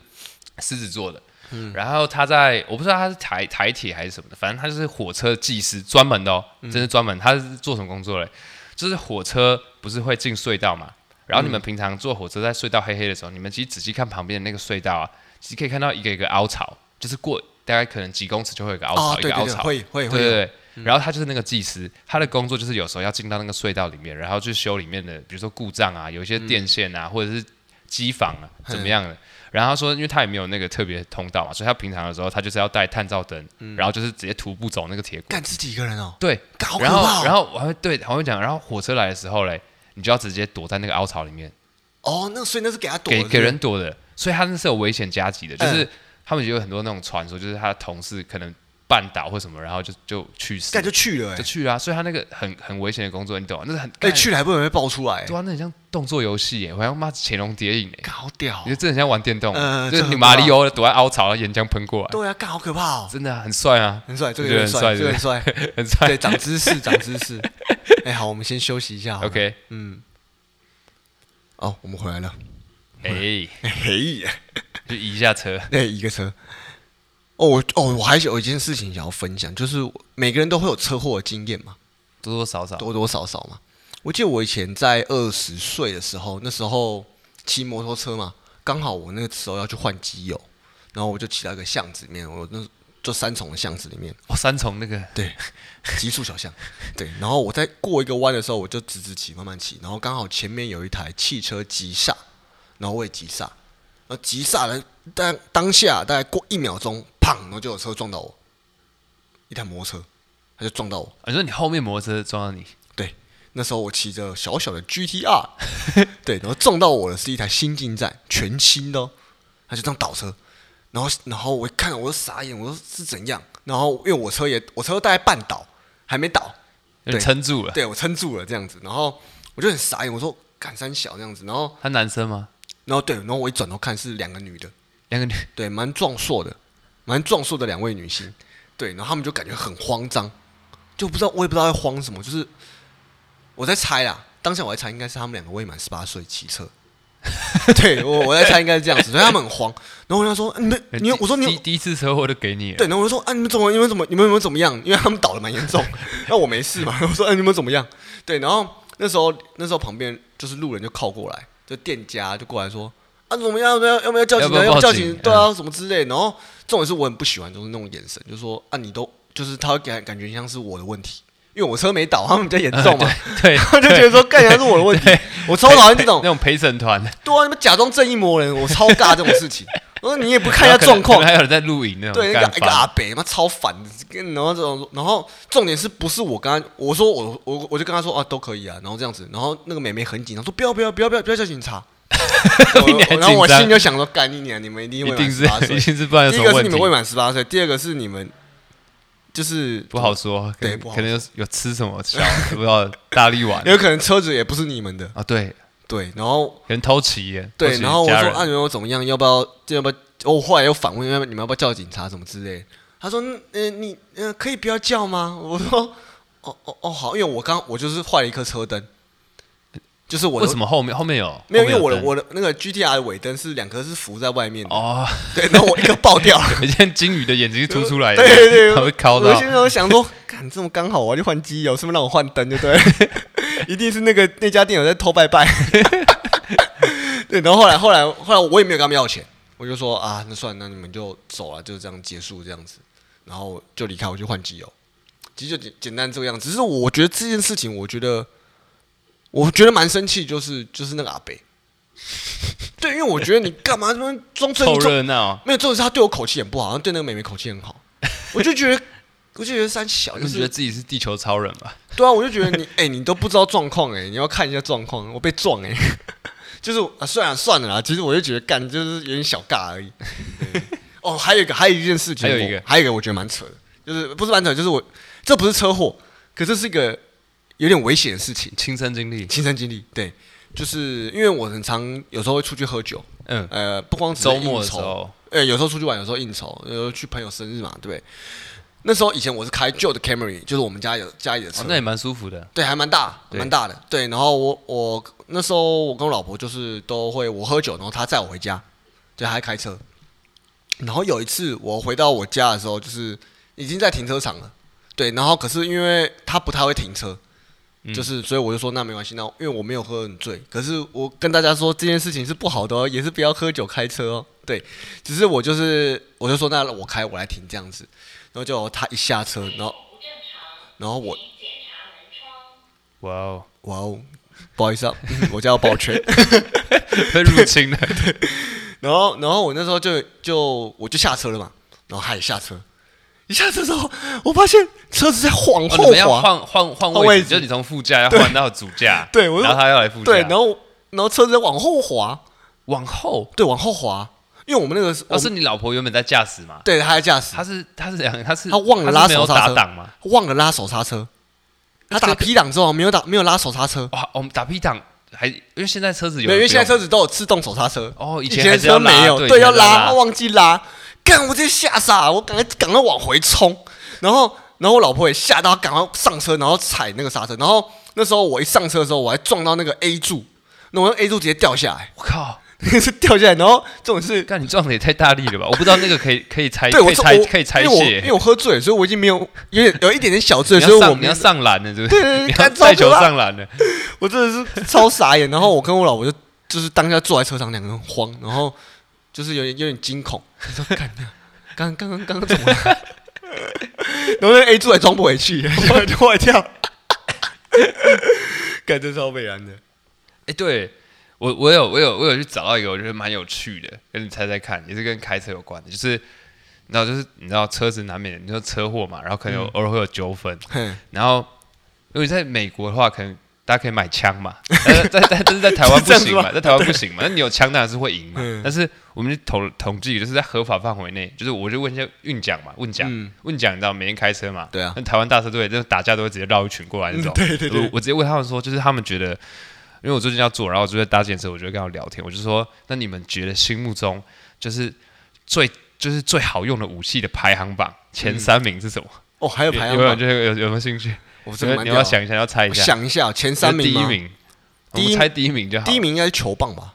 [SPEAKER 1] 狮子座的，
[SPEAKER 2] 嗯
[SPEAKER 1] 然后他在我不知道他是台台铁还是什么的，反正他就是火车技师，专门的哦，
[SPEAKER 2] 嗯
[SPEAKER 1] 真是专门。他是做什么工作嘞？就是火车不是会进隧道嘛？然后
[SPEAKER 2] 嗯
[SPEAKER 1] 你们平常坐火车在隧道黑黑的时候，你们其实仔细看旁边的那个隧道啊，其实可以看到一个一个凹槽，就是过大概可能几公尺就会有一个凹槽，
[SPEAKER 2] 哦，
[SPEAKER 1] 一
[SPEAKER 2] 对
[SPEAKER 1] 个
[SPEAKER 2] 对
[SPEAKER 1] 凹
[SPEAKER 2] 对，
[SPEAKER 1] 槽。
[SPEAKER 2] 会
[SPEAKER 1] 对
[SPEAKER 2] 会
[SPEAKER 1] 对
[SPEAKER 2] 会，
[SPEAKER 1] 对。然后他就是那个技师，他的工作就是有时候要进到那个隧道里面，然后去修里面的，比如说故障啊，有一些电线啊，或者是机房啊，怎么样的。然后他说，因为他也没有那个特别通道嘛，所以他平常的时候他就是要带探照灯，然后就是直接徒步走那个铁轨。
[SPEAKER 2] 干自己一个人哦，
[SPEAKER 1] 对，
[SPEAKER 2] 干好可
[SPEAKER 1] 然
[SPEAKER 2] 怕
[SPEAKER 1] 后
[SPEAKER 2] 哦。
[SPEAKER 1] 然后我还会对，还会讲，然后火车来的时候嘞，你就要直接躲在那个凹槽里面，
[SPEAKER 2] 哦，那所以那是给他躲
[SPEAKER 1] 给
[SPEAKER 2] 的是不
[SPEAKER 1] 给
[SPEAKER 2] 是
[SPEAKER 1] 人躲的，所以他那是有危险加急的，就是
[SPEAKER 2] 嗯
[SPEAKER 1] 他们也有很多那种传说，就是他的同事可能绊倒或什么，然后就就去死
[SPEAKER 2] 干，就去了哎、
[SPEAKER 1] 就去啊。所以他那个很很危险的工作，你懂吗？那是很
[SPEAKER 2] 哎、
[SPEAKER 1] 干
[SPEAKER 2] 去了还不容易爆出来、
[SPEAKER 1] 对啊，那很像动作游戏耶，好像妈潜龙谍影哎，
[SPEAKER 2] 干好屌哦
[SPEAKER 1] 你，就真的很像玩电动，啊
[SPEAKER 2] 嗯
[SPEAKER 1] 就是
[SPEAKER 2] 这
[SPEAKER 1] 你
[SPEAKER 2] 很
[SPEAKER 1] 马里
[SPEAKER 2] 棒
[SPEAKER 1] 奥躲在凹槽，然后岩浆喷过来，
[SPEAKER 2] 对啊，干好可怕哦，
[SPEAKER 1] 真的啊很帅啊，
[SPEAKER 2] 很帅，这个
[SPEAKER 1] 我觉得
[SPEAKER 2] 有点
[SPEAKER 1] 很帅
[SPEAKER 2] 帅，这个很帅，
[SPEAKER 1] 很帅。
[SPEAKER 2] 嗯对，长知识，长知识。哎、好，我们先休息一下好了
[SPEAKER 1] OK，
[SPEAKER 2] 嗯，哦，我们回来了，
[SPEAKER 1] 哎，
[SPEAKER 2] 嘿，
[SPEAKER 1] 就移一下车，
[SPEAKER 2] 那哎一个车。哦，我哦，我还有一件事情想要分享，就是每个人都会有车祸的经验嘛，
[SPEAKER 1] 多多少少，
[SPEAKER 2] 多多少少嘛。我记得我以前在二十岁的时候，那时候骑摩托车嘛，刚好我那个时候要去换机油，然后我就骑到一个巷子里面，我那就三重的巷子里面，
[SPEAKER 1] 哦，三重那个
[SPEAKER 2] 对，极速小巷，对。然后我在过一个弯的时候，我就直直骑，慢慢骑，然后刚好前面有一台汽车急刹，然后我也急刹，然后急刹了，但当下大概过一秒钟，砰，然后就有车撞到我，一台摩托车，他就撞到我。
[SPEAKER 1] 啊你说你后面摩托车撞到你，
[SPEAKER 2] 对，那时候我骑着小小的 GTR，对，然后撞到我的是一台新进站，全新的、哦，他就这样倒车，然后然后我一看我就傻眼，我说是怎样？然后因为我车也我车大概半倒，还没倒，
[SPEAKER 1] 就
[SPEAKER 2] 对
[SPEAKER 1] 撑住了。
[SPEAKER 2] 对我撑住了这样子，然后我就很傻眼，我说赶三小这样子，然后
[SPEAKER 1] 他男生吗？
[SPEAKER 2] 然后对，然后我一转头看是两个女的，
[SPEAKER 1] 两个女，
[SPEAKER 2] 对，蛮壮硕的，蛮壮硕的两位女性，对，然后她们就感觉很慌张，就不知道我也不知道在慌什么，就是我在猜啦，当下我在猜应该是她们两个未满十八岁骑车， 对我我在猜应该是这样子，所以她们很慌，然后我就说，啊你们你们
[SPEAKER 1] 第
[SPEAKER 2] 我说你
[SPEAKER 1] 第
[SPEAKER 2] 们
[SPEAKER 1] 第一次车祸都给你了，
[SPEAKER 2] 对，然后我就说啊你们怎么你们怎么你们有没有怎么样？因为她们倒的蛮严重， 那我没事嘛，我说哎、你们怎么样？对，然后那时候那时候旁边就是路人就靠过来，就店家就过来说啊怎么样？要不要要不要叫
[SPEAKER 1] 要
[SPEAKER 2] 警
[SPEAKER 1] 不要
[SPEAKER 2] 察？要
[SPEAKER 1] 报
[SPEAKER 2] 叫
[SPEAKER 1] 警嗯
[SPEAKER 2] 警对啊什么之类。然后重点是我很不喜欢就是那种眼神，就是说啊你都就是他会感感觉像是我的问题，因为我车没倒，他们比较严重嘛，
[SPEAKER 1] 嗯 对，
[SPEAKER 2] 他就觉得说干原来是我的问题，我超讨厌这种
[SPEAKER 1] 那。种陪审团，
[SPEAKER 2] 对啊，你们假装正义魔人，我超尬这种事情。 我说你也不看一
[SPEAKER 1] 然
[SPEAKER 2] 下
[SPEAKER 1] 后可能
[SPEAKER 2] 状况
[SPEAKER 1] 可能，还有人在录影那种，
[SPEAKER 2] 对，那
[SPEAKER 1] 干
[SPEAKER 2] 个一个阿
[SPEAKER 1] 翻
[SPEAKER 2] 北妈超烦的，跟然后这种，然后重点是不是我刚刚我说我我我就跟他说啊都可以啊，然后这样子，然后那个妹妹很紧张说不要不要不要不要不要叫 警察，
[SPEAKER 1] 你还
[SPEAKER 2] 我然后我
[SPEAKER 1] 紧张
[SPEAKER 2] 心里就想说干你娘，你们一定
[SPEAKER 1] 一
[SPEAKER 2] 未满
[SPEAKER 1] 定
[SPEAKER 2] 十八
[SPEAKER 1] 是
[SPEAKER 2] 岁
[SPEAKER 1] 一，定是不然有
[SPEAKER 2] 第
[SPEAKER 1] 什
[SPEAKER 2] 一
[SPEAKER 1] 么
[SPEAKER 2] 个是
[SPEAKER 1] 问
[SPEAKER 2] 你
[SPEAKER 1] 题
[SPEAKER 2] 们，未满十八岁，第二个是你们就是
[SPEAKER 1] 不好，说，可
[SPEAKER 2] 对
[SPEAKER 1] 能
[SPEAKER 2] 不好
[SPEAKER 1] 可能有有吃什么小不知道大力 丸
[SPEAKER 2] 有可能车子也不是你们的，
[SPEAKER 1] 啊，对，
[SPEAKER 2] 对，然后
[SPEAKER 1] 可能偷骑耶，偷
[SPEAKER 2] 对，
[SPEAKER 1] 骑
[SPEAKER 2] 然后我
[SPEAKER 1] 家
[SPEAKER 2] 说
[SPEAKER 1] 人
[SPEAKER 2] 啊你们怎么样，要不要要不要？我后来又反问要不要你们要不要叫警察什么之类的，他说嗯、呃你嗯、呃可以不要叫吗？我说。哦哦哦，好，因为我刚我就是换了一颗车灯，就是我的
[SPEAKER 1] 为什么后面后面有
[SPEAKER 2] 没有，
[SPEAKER 1] 后
[SPEAKER 2] 因
[SPEAKER 1] 面
[SPEAKER 2] 为我的
[SPEAKER 1] 灯
[SPEAKER 2] 我的那个 GTR 的尾灯是两颗是浮在外面的，
[SPEAKER 1] 哦，
[SPEAKER 2] 对，然后我一个爆掉了，
[SPEAKER 1] 很像金鱼的眼睛是凸出来的，
[SPEAKER 2] 对对 对，
[SPEAKER 1] 它会敲
[SPEAKER 2] 我
[SPEAKER 1] 到
[SPEAKER 2] 现，在我想说， 看这么刚好，我要去换机油，是不是让我换灯就对了？ 一定是那个那家店有在偷拜拜。 对，然后后来后来后来我也没有跟他们要钱，我就说啊，那算了，那你们就走了，就这样结束这样子，然后就离开，我去换机油。其实就简简单这个样子，只是我觉得这件事情，我觉得我觉得蛮生气，就是就是那个阿北。 对，因为我觉得你干嘛他妈装正
[SPEAKER 1] 凑
[SPEAKER 2] 义装
[SPEAKER 1] 热闹，
[SPEAKER 2] 没有，重点是他对我口气很不好，然后对那个妹妹口气很 好，我就觉得，我就觉得三小，
[SPEAKER 1] 我
[SPEAKER 2] 就
[SPEAKER 1] 就觉得
[SPEAKER 2] 是
[SPEAKER 1] 自己是地球超人吧，
[SPEAKER 2] 对啊，我就觉得你， 哎、你都不知道状况，哎，你要看一下状况，我被撞、哎， 就是啊，算了算了啦，其实我就觉得干就是有点小尬 而已。对哦，还有一个，还有一件事情，
[SPEAKER 1] 还有一
[SPEAKER 2] 我
[SPEAKER 1] 个
[SPEAKER 2] 还有一个，我觉得蛮扯的，就是不是蛮扯，就是我这不是车祸，可这是一个有点危险的事情，
[SPEAKER 1] 亲身经历，
[SPEAKER 2] 亲身经历，对。就是因为我很常有时候会出去喝酒，
[SPEAKER 1] 嗯，
[SPEAKER 2] 呃，不光只是
[SPEAKER 1] 周末
[SPEAKER 2] 应
[SPEAKER 1] 的时
[SPEAKER 2] 酬
[SPEAKER 1] 候，
[SPEAKER 2] 呃，有时候出去玩，有时候应酬，有时候去朋友生日嘛，对不对？那时候以前我是开旧的 Camry，就是我们家有家里的车，
[SPEAKER 1] 哦那也蛮舒服的，
[SPEAKER 2] 对，还蛮大，
[SPEAKER 1] 对
[SPEAKER 2] 蛮大的。对，然后我我那时候我跟我老婆就是都会我喝酒，然后她载我回家，对，她还开车。然后有一次我回到我家的时候，就是已经在停车场了，对，然后可是因为她不太会停车，
[SPEAKER 1] 嗯
[SPEAKER 2] 就是所以我就说那没关系，那因为我没有喝很醉，可是我跟大家说这件事情是不好的哦，也是不要喝酒开车哦，对，只是我就是我就说那我开我来停这样子，然后就她一下车，然后然后我
[SPEAKER 1] 哇哦，
[SPEAKER 2] 哇哦，不好意思啊，嗯 我家要抱拳。
[SPEAKER 1] 被入侵 了，
[SPEAKER 2] 然后，然后我那时候就就我就下车了嘛，然后他也下车。一下车之后，我发现车子在往
[SPEAKER 1] 哦你
[SPEAKER 2] 后
[SPEAKER 1] 们要
[SPEAKER 2] 滑，
[SPEAKER 1] 换换换
[SPEAKER 2] 换
[SPEAKER 1] 位
[SPEAKER 2] 位
[SPEAKER 1] 置，
[SPEAKER 2] 置
[SPEAKER 1] 就是你从副驾要换到主驾，
[SPEAKER 2] 对我就
[SPEAKER 1] 然后他要来副驾，
[SPEAKER 2] 对，然后然后车子在往后滑，
[SPEAKER 1] 往后
[SPEAKER 2] 对，往后滑。因为我们那个是，
[SPEAKER 1] 哦，
[SPEAKER 2] 我
[SPEAKER 1] 是
[SPEAKER 2] 们
[SPEAKER 1] 你老婆原本在驾驶嘛？
[SPEAKER 2] 对他在驾驶，
[SPEAKER 1] 她是她是两她是
[SPEAKER 2] 她忘了拉
[SPEAKER 1] 她是没有
[SPEAKER 2] 手刹
[SPEAKER 1] 打
[SPEAKER 2] 车
[SPEAKER 1] 档吗？
[SPEAKER 2] 忘了拉手刹车，他
[SPEAKER 1] 这
[SPEAKER 2] 打
[SPEAKER 1] 个
[SPEAKER 2] P 档之后没有打没有拉手刹车，
[SPEAKER 1] 哇，我们打 P 档还因为现在车子有
[SPEAKER 2] 没有因为现在车
[SPEAKER 1] 子
[SPEAKER 2] 子都有自动手刹车，
[SPEAKER 1] 哦，以
[SPEAKER 2] 以
[SPEAKER 1] 前
[SPEAKER 2] 前
[SPEAKER 1] 还
[SPEAKER 2] 的
[SPEAKER 1] 是要
[SPEAKER 2] 车
[SPEAKER 1] 拉
[SPEAKER 2] 没有，
[SPEAKER 1] 对，
[SPEAKER 2] 对，
[SPEAKER 1] 以前
[SPEAKER 2] 要
[SPEAKER 1] 还是要
[SPEAKER 2] 拉，忘记拉，干，我直接吓傻，我赶快赶快往回冲，然后然后我老婆也吓到，赶快上车，然后踩那个刹车，然后那时候我一上车的时候，我还撞到那个 A 柱，那我用 A 柱直接掉下来，
[SPEAKER 1] 我靠，
[SPEAKER 2] 是掉下来，然后这种是。
[SPEAKER 1] 干你撞的也太大力了吧？我不知道那个可以可以拆，
[SPEAKER 2] 对
[SPEAKER 1] 可
[SPEAKER 2] 我
[SPEAKER 1] 以
[SPEAKER 2] 这
[SPEAKER 1] 拆
[SPEAKER 2] 我
[SPEAKER 1] 可以拆
[SPEAKER 2] 因为我因
[SPEAKER 1] 卸
[SPEAKER 2] 为，我喝醉了，所以我已经没有有点有一点点小醉，
[SPEAKER 1] 你
[SPEAKER 2] 所以
[SPEAKER 1] 要上
[SPEAKER 2] 我
[SPEAKER 1] 你
[SPEAKER 2] 没
[SPEAKER 1] 要
[SPEAKER 2] 有
[SPEAKER 1] 上篮的，对不
[SPEAKER 2] 对对对
[SPEAKER 1] 你要
[SPEAKER 2] 干
[SPEAKER 1] 带球
[SPEAKER 2] 超可怕
[SPEAKER 1] 上篮的，
[SPEAKER 2] 我真的是超傻眼。然后我跟我老婆就就是当下坐在车上，两个人很慌，然后就是有点有点惊恐，说干刚刚刚刚怎么了？然后那个 A 柱还装不回去，就就坏掉，感觉超悲然的。
[SPEAKER 1] 哎，对我我有我有我有去找到一个我觉得蛮有趣的，跟你猜猜看，也是跟开车有关的，就是你知道就是你知道车子难免你说车祸嘛，然后可
[SPEAKER 2] 嗯
[SPEAKER 1] 能有偶尔会有纠纷，
[SPEAKER 2] 哼
[SPEAKER 1] 然后如果你在美国的话，可能大家可以买枪 嘛，但是在在但是在台湾
[SPEAKER 2] 是
[SPEAKER 1] 不
[SPEAKER 2] 这样子
[SPEAKER 1] 行
[SPEAKER 2] 吗
[SPEAKER 1] 嘛，在台湾不行嘛，那你有枪当然是会赢嘛
[SPEAKER 2] 嗯。
[SPEAKER 1] 但是我们去统统计，就是在合法范围内，就是我就问一下运奖嘛，问奖
[SPEAKER 2] 嗯
[SPEAKER 1] 问奖，你知道每天开车嘛，
[SPEAKER 2] 对啊
[SPEAKER 1] 那台湾大车队就是打架都会直接绕一群过来那 种，对对对，我我直接问他们说，就是他们觉得。因为我最近要做，然后我就在搭建车，我就会跟他们聊天，我就说：那你们觉得心目中就是最就是最好用的武器的排行榜前三名是什么？
[SPEAKER 2] 哦，还有
[SPEAKER 1] 有
[SPEAKER 2] 排行
[SPEAKER 1] 没有
[SPEAKER 2] 榜，
[SPEAKER 1] 就有有有没有兴趣？
[SPEAKER 2] 我
[SPEAKER 1] 你
[SPEAKER 2] 真的
[SPEAKER 1] 要
[SPEAKER 2] 蛮
[SPEAKER 1] 你
[SPEAKER 2] 屌
[SPEAKER 1] 要
[SPEAKER 2] 的。
[SPEAKER 1] 想一下，要猜一
[SPEAKER 2] 我
[SPEAKER 1] 下。
[SPEAKER 2] 想一下，前三
[SPEAKER 1] 就是
[SPEAKER 2] 名
[SPEAKER 1] 第一
[SPEAKER 2] 吗？
[SPEAKER 1] 名，我
[SPEAKER 2] 第一
[SPEAKER 1] 们猜第一名就好。
[SPEAKER 2] 第一，名应该是球棒吧？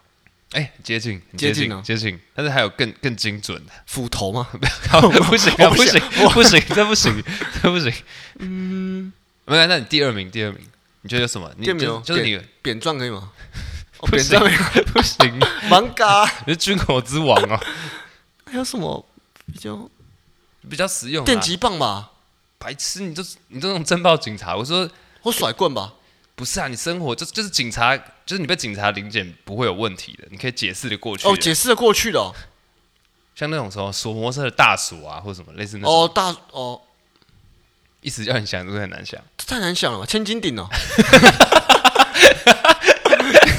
[SPEAKER 1] 哎，接近，很
[SPEAKER 2] 接
[SPEAKER 1] 接
[SPEAKER 2] 近
[SPEAKER 1] 近
[SPEAKER 2] 哦，
[SPEAKER 1] 接近。但是还有更更精 准的，
[SPEAKER 2] 斧头吗？
[SPEAKER 1] 不行啊，
[SPEAKER 2] 我不
[SPEAKER 1] 不
[SPEAKER 2] 想
[SPEAKER 1] 行，不行，这不行，这不行。嗯，没有，那你第二名，第二名，你觉得有什么？你
[SPEAKER 2] 第二名
[SPEAKER 1] 就
[SPEAKER 2] 哦
[SPEAKER 1] 就是你
[SPEAKER 2] 扁钻可以吗？哦
[SPEAKER 1] 不
[SPEAKER 2] 扁
[SPEAKER 1] 行
[SPEAKER 2] 钻没有，
[SPEAKER 1] 不行，
[SPEAKER 2] 芒嘎
[SPEAKER 1] 你是军火之王哦，
[SPEAKER 2] 还有什么比较
[SPEAKER 1] 比较实用啊。
[SPEAKER 2] 电击棒吧？
[SPEAKER 1] 白痴，你就是你这种侦报警察，我说
[SPEAKER 2] 或甩棍吧。
[SPEAKER 1] 不是啊，你生活就就是警察，就是你被警察临检不会有问题的，你可以解释的过去的。啊
[SPEAKER 2] 哦，解释的过去的哦。
[SPEAKER 1] 像那种什么锁摩车的大锁啊，或什么类似那种，
[SPEAKER 2] 哦，大哦，
[SPEAKER 1] 一时要你想都很难想。
[SPEAKER 2] 这太难想了吧，千 斤顶哦。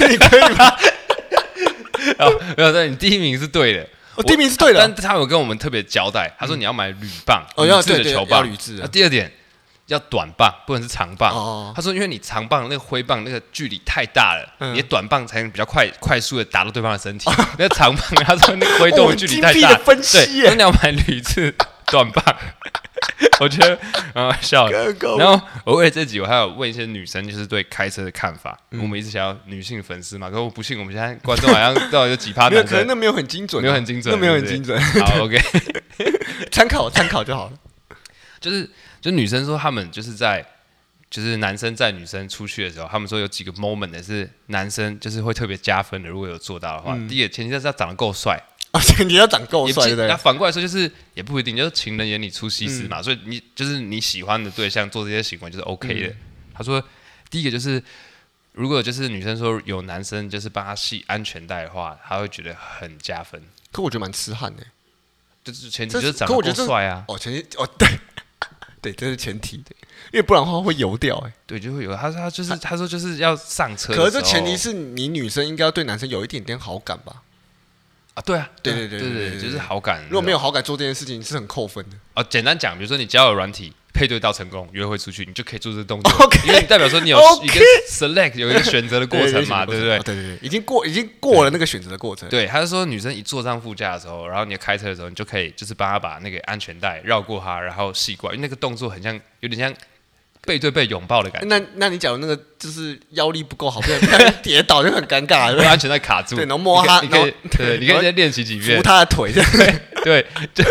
[SPEAKER 2] 你可以吗？
[SPEAKER 1] 哦，没有，但你第一名是对的。
[SPEAKER 2] 我哦第一名是对
[SPEAKER 1] 但
[SPEAKER 2] 的。
[SPEAKER 1] 他有跟我啊们特别交代，他说你要买铝棒，
[SPEAKER 2] 哦要
[SPEAKER 1] 铝制
[SPEAKER 2] 对
[SPEAKER 1] 的
[SPEAKER 2] 对
[SPEAKER 1] 球
[SPEAKER 2] 要
[SPEAKER 1] 棒，
[SPEAKER 2] 铝制的
[SPEAKER 1] 那第二点要短棒，不能是长棒。
[SPEAKER 2] 哦
[SPEAKER 1] 他说因为你长棒那个挥棒那个距离太大了，
[SPEAKER 2] 嗯
[SPEAKER 1] 你的短棒才能比较快快速的打到对方的身体。 那个长棒，他说那个挥动
[SPEAKER 2] 哦
[SPEAKER 1] 的
[SPEAKER 2] 很
[SPEAKER 1] 距离
[SPEAKER 2] 精
[SPEAKER 1] 太
[SPEAKER 2] 辟
[SPEAKER 1] 大，
[SPEAKER 2] 的分析
[SPEAKER 1] 对
[SPEAKER 2] 耶
[SPEAKER 1] 所以你要买铝制短棒。 我觉得蛮好笑的。
[SPEAKER 2] 更高
[SPEAKER 1] 然后我为了这集，我还有问一些女生，就是对开车的看法。
[SPEAKER 2] 嗯
[SPEAKER 1] 我们一直想要女性粉丝嘛，可是我不信我们现在观众好像到底有几趴
[SPEAKER 2] 没有，
[SPEAKER 1] 男
[SPEAKER 2] 可能
[SPEAKER 1] 生
[SPEAKER 2] 那没有很精准啊，
[SPEAKER 1] 没有很精准，
[SPEAKER 2] 那没有很
[SPEAKER 1] 对不
[SPEAKER 2] 精
[SPEAKER 1] 对
[SPEAKER 2] 准，
[SPEAKER 1] 好，OK，
[SPEAKER 2] 参考参考就好 了。
[SPEAKER 1] 就是就女生说他们就是在就是男生载女生出去的时候，他们说有几个 moment 的是男生就是会特别加分的，如果有做到的话，第一个前提是要长得够帅，
[SPEAKER 2] 而且哦你要长嗯够
[SPEAKER 1] 也
[SPEAKER 2] 帅，对嗯
[SPEAKER 1] 是
[SPEAKER 2] 不
[SPEAKER 1] 那
[SPEAKER 2] 对？
[SPEAKER 1] 反过来说，就是也不一定，就是情人眼里出西施嘛，所以你就是你喜欢的对象做这些行为就是 OK 的。
[SPEAKER 2] 嗯
[SPEAKER 1] 他说，第一个就是如果就是女生说有男生就是帮她系安全带的话，她会觉得很加分，
[SPEAKER 2] 可我觉得蛮痴汉的。
[SPEAKER 1] 就是前提
[SPEAKER 2] 这
[SPEAKER 1] 就是是长
[SPEAKER 2] 可
[SPEAKER 1] 得
[SPEAKER 2] 我觉
[SPEAKER 1] 够
[SPEAKER 2] 得这
[SPEAKER 1] 帅啊，
[SPEAKER 2] 哦，前提哦，对 对，这是前提，因为不然的话会油掉。哎，
[SPEAKER 1] 对，就会有。她说她就是她说就是要上车的时候，
[SPEAKER 2] 可是这前提是你女生应该要对男生有一点点好感吧？
[SPEAKER 1] 啊，对啊，
[SPEAKER 2] 对
[SPEAKER 1] 对
[SPEAKER 2] 对
[SPEAKER 1] 对
[SPEAKER 2] 对对对对
[SPEAKER 1] 就是好感。
[SPEAKER 2] 如果没有好感做这件事情是很扣分的。
[SPEAKER 1] 啊，简单讲，比如说你交友软体。配对到成功，约会出去，你就可以做这个动作
[SPEAKER 2] OK，
[SPEAKER 1] 因为代表说你有
[SPEAKER 2] OK
[SPEAKER 1] 一个 select 有一个选择的过程嘛，对不对
[SPEAKER 2] 哦？对对对，已经过已经过了那个选择的过程。
[SPEAKER 1] 对，他是说女生一坐上副驾的时候，然后你开车的时候，你就可以就是帮她把那个安全带绕过她，然后系过来，因为那个动作很像，有点像背对背拥抱的感觉，
[SPEAKER 2] 那那你假如那个就是腰力不够好，不然不然 跌倒就很尴尬，对不
[SPEAKER 1] 把
[SPEAKER 2] 对
[SPEAKER 1] 安全带卡住，
[SPEAKER 2] 对然后摸
[SPEAKER 1] 你
[SPEAKER 2] 她
[SPEAKER 1] 可以你可以
[SPEAKER 2] 然
[SPEAKER 1] 对，
[SPEAKER 2] 后
[SPEAKER 1] 你可以再练习几遍
[SPEAKER 2] 扶，他 的腿这样。
[SPEAKER 1] 对，就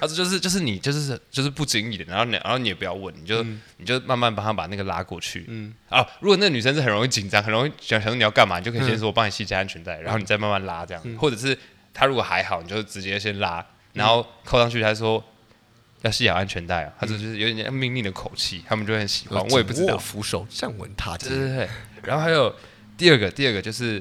[SPEAKER 1] 他说就是就是你就是就是不经意的，然后你然后你也不要问，你就、你就慢慢帮他把那个拉过去。嗯啊，如果那个女生是很容易紧张，很容易想想说你要干嘛，你就可以先说我帮你系加安全带，然后你再慢慢拉这样，或者是她如果还好，你就直接先拉，然后扣上去，她说。要系好安全带啊！他就是有点像命令的口气，他们就会很喜欢。我也不知道
[SPEAKER 2] 握，扶手站稳他之
[SPEAKER 1] 对
[SPEAKER 2] 类的。
[SPEAKER 1] 对对。然后还有第二个，第二个就是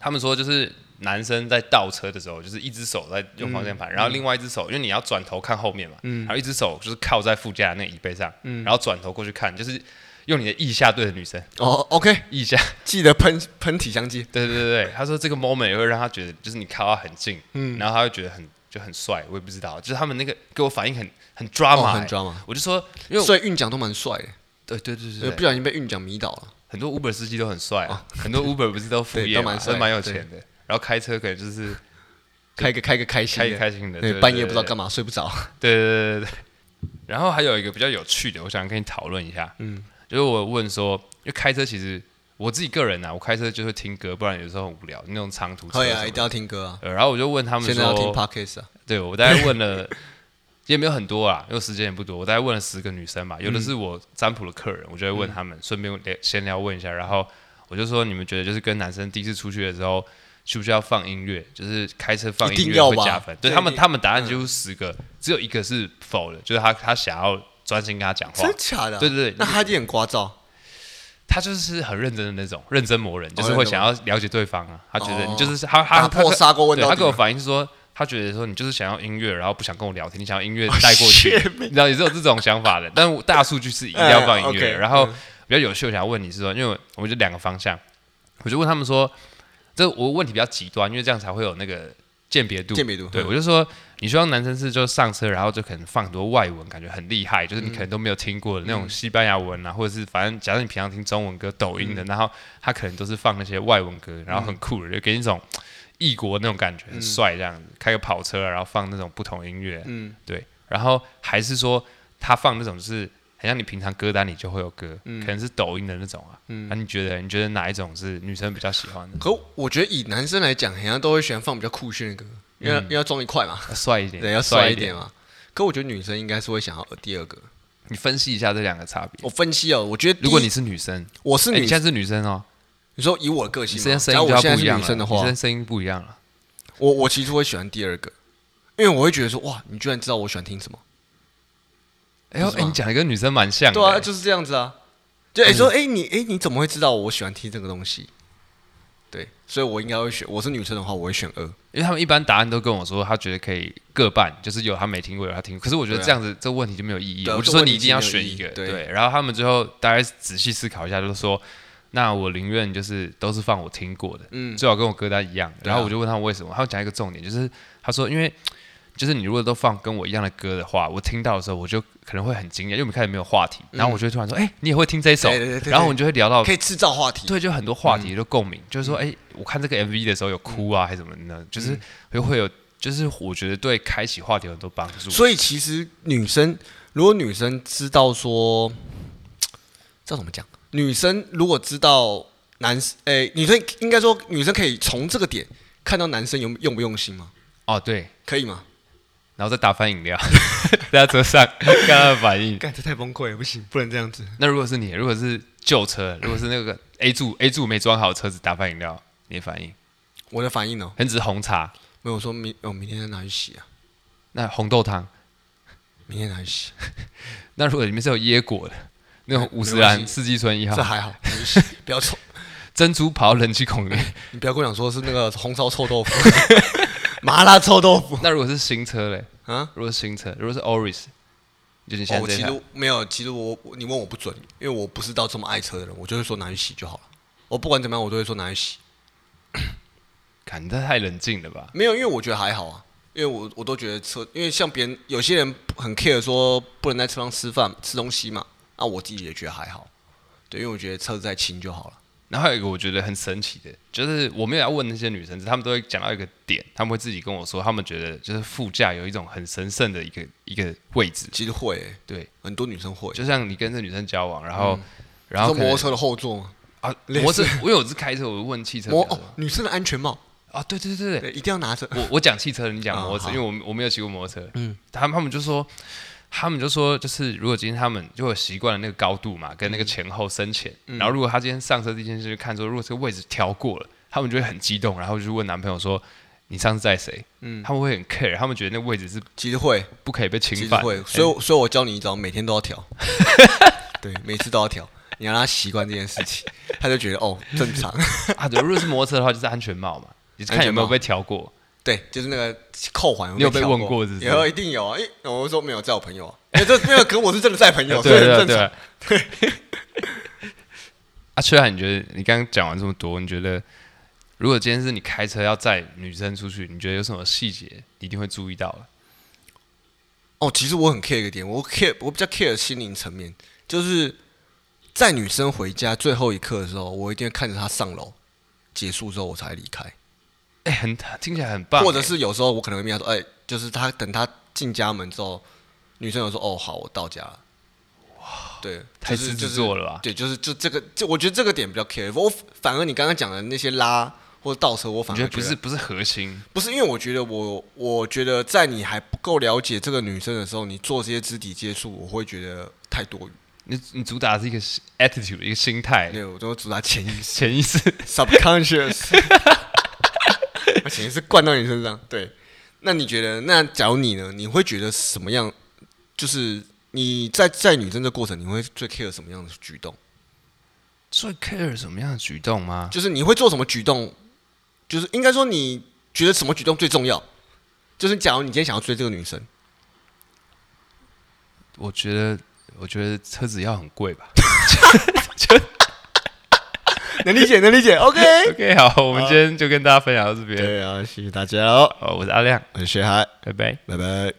[SPEAKER 1] 他们说就是男生在倒车的时候，就是一只手在用方向
[SPEAKER 2] 嗯
[SPEAKER 1] 盘，然后另外一只手，因为你要
[SPEAKER 2] 嗯
[SPEAKER 1] 转头看后面嘛，然后一只手就是靠在副驾那个椅背上，然后转头过去看，就是。用你的腋下对着女生，
[SPEAKER 2] 哦，OK，
[SPEAKER 1] 腋下，
[SPEAKER 2] 记得喷喷体香剂。
[SPEAKER 1] 对对对对，他说这个 moment 也会让他觉得，就是你靠他很近，
[SPEAKER 2] 嗯
[SPEAKER 1] 然后他会觉得很就很帅，我也不知道，就是他们那个给我反应很很 drama，、
[SPEAKER 2] 哦
[SPEAKER 1] 欸
[SPEAKER 2] 很 drama
[SPEAKER 1] 我就说，Oh 因为我
[SPEAKER 2] 所以运奖都蛮帅的，
[SPEAKER 1] 对对对对
[SPEAKER 2] 呃
[SPEAKER 1] 对，
[SPEAKER 2] 不小心被运奖迷倒了。
[SPEAKER 1] 很多 Uber 司机都很帅、啊，很多 Uber 不是都副
[SPEAKER 2] 哦 对
[SPEAKER 1] 业
[SPEAKER 2] 都
[SPEAKER 1] 嘛，
[SPEAKER 2] 蛮帅
[SPEAKER 1] 都蛮有
[SPEAKER 2] 对
[SPEAKER 1] 钱的，然后开车可能就是
[SPEAKER 2] 开个开个开心
[SPEAKER 1] 开
[SPEAKER 2] 的，
[SPEAKER 1] 一开心的，对
[SPEAKER 2] 对，
[SPEAKER 1] 对
[SPEAKER 2] 半夜不知道
[SPEAKER 1] 对
[SPEAKER 2] 干嘛，睡不着。
[SPEAKER 1] 对对对对对。然后还有一个比较有趣的，我想跟你讨论一下。嗯，就是我问说，因为开车其实我自己个人啊，我开车就会听歌，不然有时候很无聊，那种长途车
[SPEAKER 2] 可以
[SPEAKER 1] 什
[SPEAKER 2] 啊，
[SPEAKER 1] 么
[SPEAKER 2] 一定
[SPEAKER 1] 的。
[SPEAKER 2] 要听歌啊，
[SPEAKER 1] 呃，然后我就问他们
[SPEAKER 2] 现在要听
[SPEAKER 1] 说，
[SPEAKER 2] podcast 啊，
[SPEAKER 1] 对我大概问了也没有很多啊，因为时间也不多，我大概问了十个女生吧，有
[SPEAKER 2] 嗯
[SPEAKER 1] 的是我占卜的客人，我就会问他们，顺便聊闲聊问一下，然后我就说你们觉得就是跟男生第一次出去的时候，需不需要放音乐？就是开车放
[SPEAKER 2] 一
[SPEAKER 1] 音
[SPEAKER 2] 定
[SPEAKER 1] 乐
[SPEAKER 2] 要
[SPEAKER 1] 会
[SPEAKER 2] 吧嗯
[SPEAKER 1] 加分。对
[SPEAKER 2] 这
[SPEAKER 1] 他们，
[SPEAKER 2] 一定
[SPEAKER 1] 他们答案就是十个，只有一个是否的，就是他他想要专心跟他讲话
[SPEAKER 2] 真，假的啊？
[SPEAKER 1] 对对对
[SPEAKER 2] 那他一定很聒噪，
[SPEAKER 1] 他就是很认真的那种，认真磨人，就是会
[SPEAKER 2] 哦认真
[SPEAKER 1] 想要了解对方啊。他觉得
[SPEAKER 2] 哦
[SPEAKER 1] 你就是他他
[SPEAKER 2] 打破砂锅问
[SPEAKER 1] 对
[SPEAKER 2] 到
[SPEAKER 1] 他给我
[SPEAKER 2] 底。
[SPEAKER 1] 反映是说，他觉得说你就是想要音乐，然后不想跟我聊天，你想要音乐
[SPEAKER 2] 哦
[SPEAKER 1] 带过去
[SPEAKER 2] shit，
[SPEAKER 1] 你知道也是有这种想法的。但我大数据是一定要放音乐的。
[SPEAKER 2] 嗯，OK，
[SPEAKER 1] 然后比较有趣，我想问你是说，因为我就两个方向，我就问他们说，这我问题比较极端，因为这样才会有那个鉴别度。
[SPEAKER 2] 鉴别度
[SPEAKER 1] 对
[SPEAKER 2] 嗯
[SPEAKER 1] 我就说，你希望男生是就上车，然后就可能放很多外文，感觉很厉害，就是你可能都没有听过的那
[SPEAKER 2] 嗯
[SPEAKER 1] 种西班牙文啊，或者是反正假设你平常听中文歌、抖
[SPEAKER 2] 嗯
[SPEAKER 1] 音的，然后他可能都是放那些外文歌，然后很酷的，就给你一种异国那种感觉，很帅这样子，开个跑车，然后放那种不同音乐，
[SPEAKER 2] 嗯
[SPEAKER 1] 对，然后还是说他放那种就是很像你平常歌单里就会有歌，
[SPEAKER 2] 嗯
[SPEAKER 1] 可能是抖音的那种啊。嗯，那、你觉得你觉得哪一种是女生比较喜欢 的？
[SPEAKER 2] 可我觉得以男生来讲，好像都会喜欢放比较酷炫的歌，因为因为要装一块嘛，
[SPEAKER 1] 要嗯帅一点，
[SPEAKER 2] 对，要帅
[SPEAKER 1] 一
[SPEAKER 2] 一点。嘛。可我觉得女生应该是会想要第二个。
[SPEAKER 1] 你分析一下这两个差别。
[SPEAKER 2] 我分析哦，我觉得第一
[SPEAKER 1] 如果你是女生，
[SPEAKER 2] 我是
[SPEAKER 1] 哎
[SPEAKER 2] 女
[SPEAKER 1] 你，现在是女生哦，
[SPEAKER 2] 你说以我的个
[SPEAKER 1] 你
[SPEAKER 2] 性
[SPEAKER 1] 现在
[SPEAKER 2] 嘛，
[SPEAKER 1] 声
[SPEAKER 2] 假如
[SPEAKER 1] 音就
[SPEAKER 2] 我
[SPEAKER 1] 要
[SPEAKER 2] 现在
[SPEAKER 1] 不一
[SPEAKER 2] 是
[SPEAKER 1] 样
[SPEAKER 2] 女
[SPEAKER 1] 了，
[SPEAKER 2] 生的
[SPEAKER 1] 你
[SPEAKER 2] 话
[SPEAKER 1] 现在，声音不一样了。
[SPEAKER 2] 我我其实会喜欢第二个，因为我会觉得说哇，你居然知道我喜欢听什么。
[SPEAKER 1] 哎呦，
[SPEAKER 2] 不是
[SPEAKER 1] 哎
[SPEAKER 2] 吗
[SPEAKER 1] 你讲的跟女生蛮像的。
[SPEAKER 2] 对啊，
[SPEAKER 1] 哎
[SPEAKER 2] 就是这样子啊。
[SPEAKER 1] 嗯
[SPEAKER 2] 就哎、说哎、你哎、你怎么会知道我喜欢听这个东西？对，所以我应该会选。我是女生的话，我会选二。
[SPEAKER 1] 因为他们一般答案都跟我说，他觉得可以各半，就是有他没听过，有他听过。可是我觉得
[SPEAKER 2] 对啊
[SPEAKER 1] 这样子、这个问题就没有意义
[SPEAKER 2] 对
[SPEAKER 1] 了。
[SPEAKER 2] 啊
[SPEAKER 1] 我就
[SPEAKER 2] 这个
[SPEAKER 1] 说
[SPEAKER 2] 问
[SPEAKER 1] 你
[SPEAKER 2] 题
[SPEAKER 1] 一定要
[SPEAKER 2] 就没
[SPEAKER 1] 选
[SPEAKER 2] 有意
[SPEAKER 1] 一
[SPEAKER 2] 义
[SPEAKER 1] 个，
[SPEAKER 2] 对
[SPEAKER 1] 对。然后他们最后大概仔细思考一下，就是说，那我宁愿就是都是放我听过的，
[SPEAKER 2] 嗯
[SPEAKER 1] 最好跟我歌单一样的。
[SPEAKER 2] 对啊
[SPEAKER 1] 然后我就问他们为什么，他们讲一个重点，就是他说因为。就是你如果都放跟我一样的歌的话，我听到的时候我就可能会很惊讶，因为我们开始没有话题，然后我就会突然说：“哎、你也会听这一首？”
[SPEAKER 2] 嗯对对对对
[SPEAKER 1] 然后我们就会聊到
[SPEAKER 2] 可以制造话题。
[SPEAKER 1] 对，就很多话
[SPEAKER 2] 嗯
[SPEAKER 1] 题就共鸣，就是说，哎、我看这个 MV 的时候有哭啊，还是怎么呢？就是
[SPEAKER 2] 嗯
[SPEAKER 1] 就会有，就是我觉得对开启话题有很多帮助。
[SPEAKER 2] 所以其实女生，如果女生知道说，这要怎么讲？女生如果知道男，哎、女生应该说女生可以从这个点看到男生有用不用心吗？
[SPEAKER 1] 哦，对，
[SPEAKER 2] 可以吗？
[SPEAKER 1] 然后再打翻饮料，在车 上看他的反应。
[SPEAKER 2] 干，这太崩溃了，不行，不能这样子。
[SPEAKER 1] 那如果是你，如果是旧车，如果是那个 A 柱 A 柱没装好车子打翻饮料，你的反应，
[SPEAKER 2] 我的反应呢？
[SPEAKER 1] 很只是红茶，
[SPEAKER 2] 没有，我说明，我、明天再拿去洗啊，
[SPEAKER 1] 那红豆汤，
[SPEAKER 2] 明天拿去洗，啊
[SPEAKER 1] 那如果里面是有椰果的，那种五十
[SPEAKER 2] 没关
[SPEAKER 1] 兰
[SPEAKER 2] 系啊
[SPEAKER 1] 四季春一
[SPEAKER 2] 这
[SPEAKER 1] 号
[SPEAKER 2] 还好，拿去洗，不要臭。
[SPEAKER 1] 珍珠跑到冷气孔里面，
[SPEAKER 2] 你不要跟我讲说是那个红烧臭豆腐、 麻辣臭豆腐
[SPEAKER 1] 那如果是新车嘞，
[SPEAKER 2] 啊。
[SPEAKER 1] 如果是新车，如果是 Oris，就是你现
[SPEAKER 2] 哦
[SPEAKER 1] 在
[SPEAKER 2] 我
[SPEAKER 1] 这
[SPEAKER 2] 其
[SPEAKER 1] 台。
[SPEAKER 2] 实没有，其实我我你问我不准，因为我不是到这么爱车的人，我就会说拿去洗就好了。我不管怎么样，我都会说拿去洗。
[SPEAKER 1] 感这太冷静了吧？
[SPEAKER 2] 没有，因为我觉得还好啊，因为我我都觉得车，因为像别人有些人很 care 说不能在车上吃饭吃东西嘛，啊，我自己也觉得还好，对，因为我觉得车子再轻就好了。
[SPEAKER 1] 然后还有一个我觉得很神奇的，就是我没有要问那些女生，只是她们都会讲到一个点，她们会自己跟我说，她们觉得就是副驾有一种很神圣的一个一个位置。
[SPEAKER 2] 其实会欸、
[SPEAKER 1] 对，
[SPEAKER 2] 很多女生会，
[SPEAKER 1] 就像你跟这女生交往，然后、然后
[SPEAKER 2] 嗯
[SPEAKER 1] 可
[SPEAKER 2] 说摩
[SPEAKER 1] 能
[SPEAKER 2] 托车的后座嘛，
[SPEAKER 1] 啊，
[SPEAKER 2] 类似
[SPEAKER 1] 摩托车，因为我是开车，我问汽车比
[SPEAKER 2] 摩
[SPEAKER 1] 较
[SPEAKER 2] 哦
[SPEAKER 1] 多。，
[SPEAKER 2] 女生的安全帽，
[SPEAKER 1] 啊，对对对对，
[SPEAKER 2] 对，一定要拿着。
[SPEAKER 1] 我我讲汽车的，你讲摩托车，
[SPEAKER 2] 啊好
[SPEAKER 1] 因为我我没有骑过摩托车。嗯，他们他们就说，他们就说，就是如果今天他们就有习惯了那个高度嘛，跟那
[SPEAKER 2] 嗯
[SPEAKER 1] 个前后深浅，然后如果他今天上车第一件事就看说，如果这个位置调过了，他们就会很激动，然后就问男朋友说。你上次载谁？嗯，他们会很 care，他们觉得那个位置是
[SPEAKER 2] 其实会，
[SPEAKER 1] 不可以被
[SPEAKER 2] 其
[SPEAKER 1] 侵
[SPEAKER 2] 实
[SPEAKER 1] 犯。
[SPEAKER 2] 会，所以我所以我教你一招，每天都 要调，对，每次都要调，你让他习惯这件事情，他就觉得哦正常，
[SPEAKER 1] 以啊，对，如果是摩托车的话，就是安全帽嘛，你看有没有被调过。
[SPEAKER 2] 对，就是那个扣环，
[SPEAKER 1] 你有被
[SPEAKER 2] 被调
[SPEAKER 1] 问过是不是
[SPEAKER 2] 有一 定有啊，因为我就说没有在我朋友啊，因为这没有，可是我是真的在朋友，所以
[SPEAKER 1] 对对
[SPEAKER 2] 很正
[SPEAKER 1] 对
[SPEAKER 2] 常，，
[SPEAKER 1] 啊，缺憾，你觉得你刚刚讲完这么多，你觉得如果今天是你开车要载女生出去，你觉得有什么细节你一定会注意到的？
[SPEAKER 2] 哦，其实我很 care 一个点，我 care 我比较 care 心灵层面，就是在女生回家最后一刻的时候，我一定会看着她上楼，结束之后我才离开，
[SPEAKER 1] 哎、很听起来很棒、
[SPEAKER 2] 或者
[SPEAKER 1] 哎
[SPEAKER 2] 是有时候我可能会跟她说，哎、就是她等她进家门之后，女生有说，哦，好，我到家了。哇，对，
[SPEAKER 1] 太
[SPEAKER 2] 就是
[SPEAKER 1] 狮
[SPEAKER 2] 就
[SPEAKER 1] 子
[SPEAKER 2] 是
[SPEAKER 1] 座了吧？
[SPEAKER 2] 对，就是就这个，就我觉得这个点比较 care。我反而你刚刚讲的那些拉或者倒车，我
[SPEAKER 1] 哎你
[SPEAKER 2] 反
[SPEAKER 1] 觉
[SPEAKER 2] 而
[SPEAKER 1] 得不是不是核心？
[SPEAKER 2] 不是因为我觉得我，我觉得在你还不够了解这个女生的时候，你做这些肢体接触，我会觉得太多余。
[SPEAKER 1] 你你主打的是一个 attitude，一个心态，
[SPEAKER 2] 对，我都主打潜意识
[SPEAKER 1] 潜意识。
[SPEAKER 2] （subconscious），把潜意识灌到你身上。对，那你觉得，那假如你呢？你会觉得什么样？就是你在在女生的过程，你会最 care 什么样的举动？
[SPEAKER 1] 最 care 什么样的举动吗？
[SPEAKER 2] 就是你会做什么举动？就是应该说，你觉得什么举动最重要？就是假如你今天想要追这个女生，
[SPEAKER 1] 我觉得，我觉得车子要很贵吧。
[SPEAKER 2] 能理解，能理解。OK。
[SPEAKER 1] OK，好，我们今天就跟大家分享到这边。
[SPEAKER 2] 对啊，谢谢大家哦，
[SPEAKER 1] 好，我是阿亮，
[SPEAKER 2] 我是薛海，
[SPEAKER 1] 拜拜。
[SPEAKER 2] 拜拜。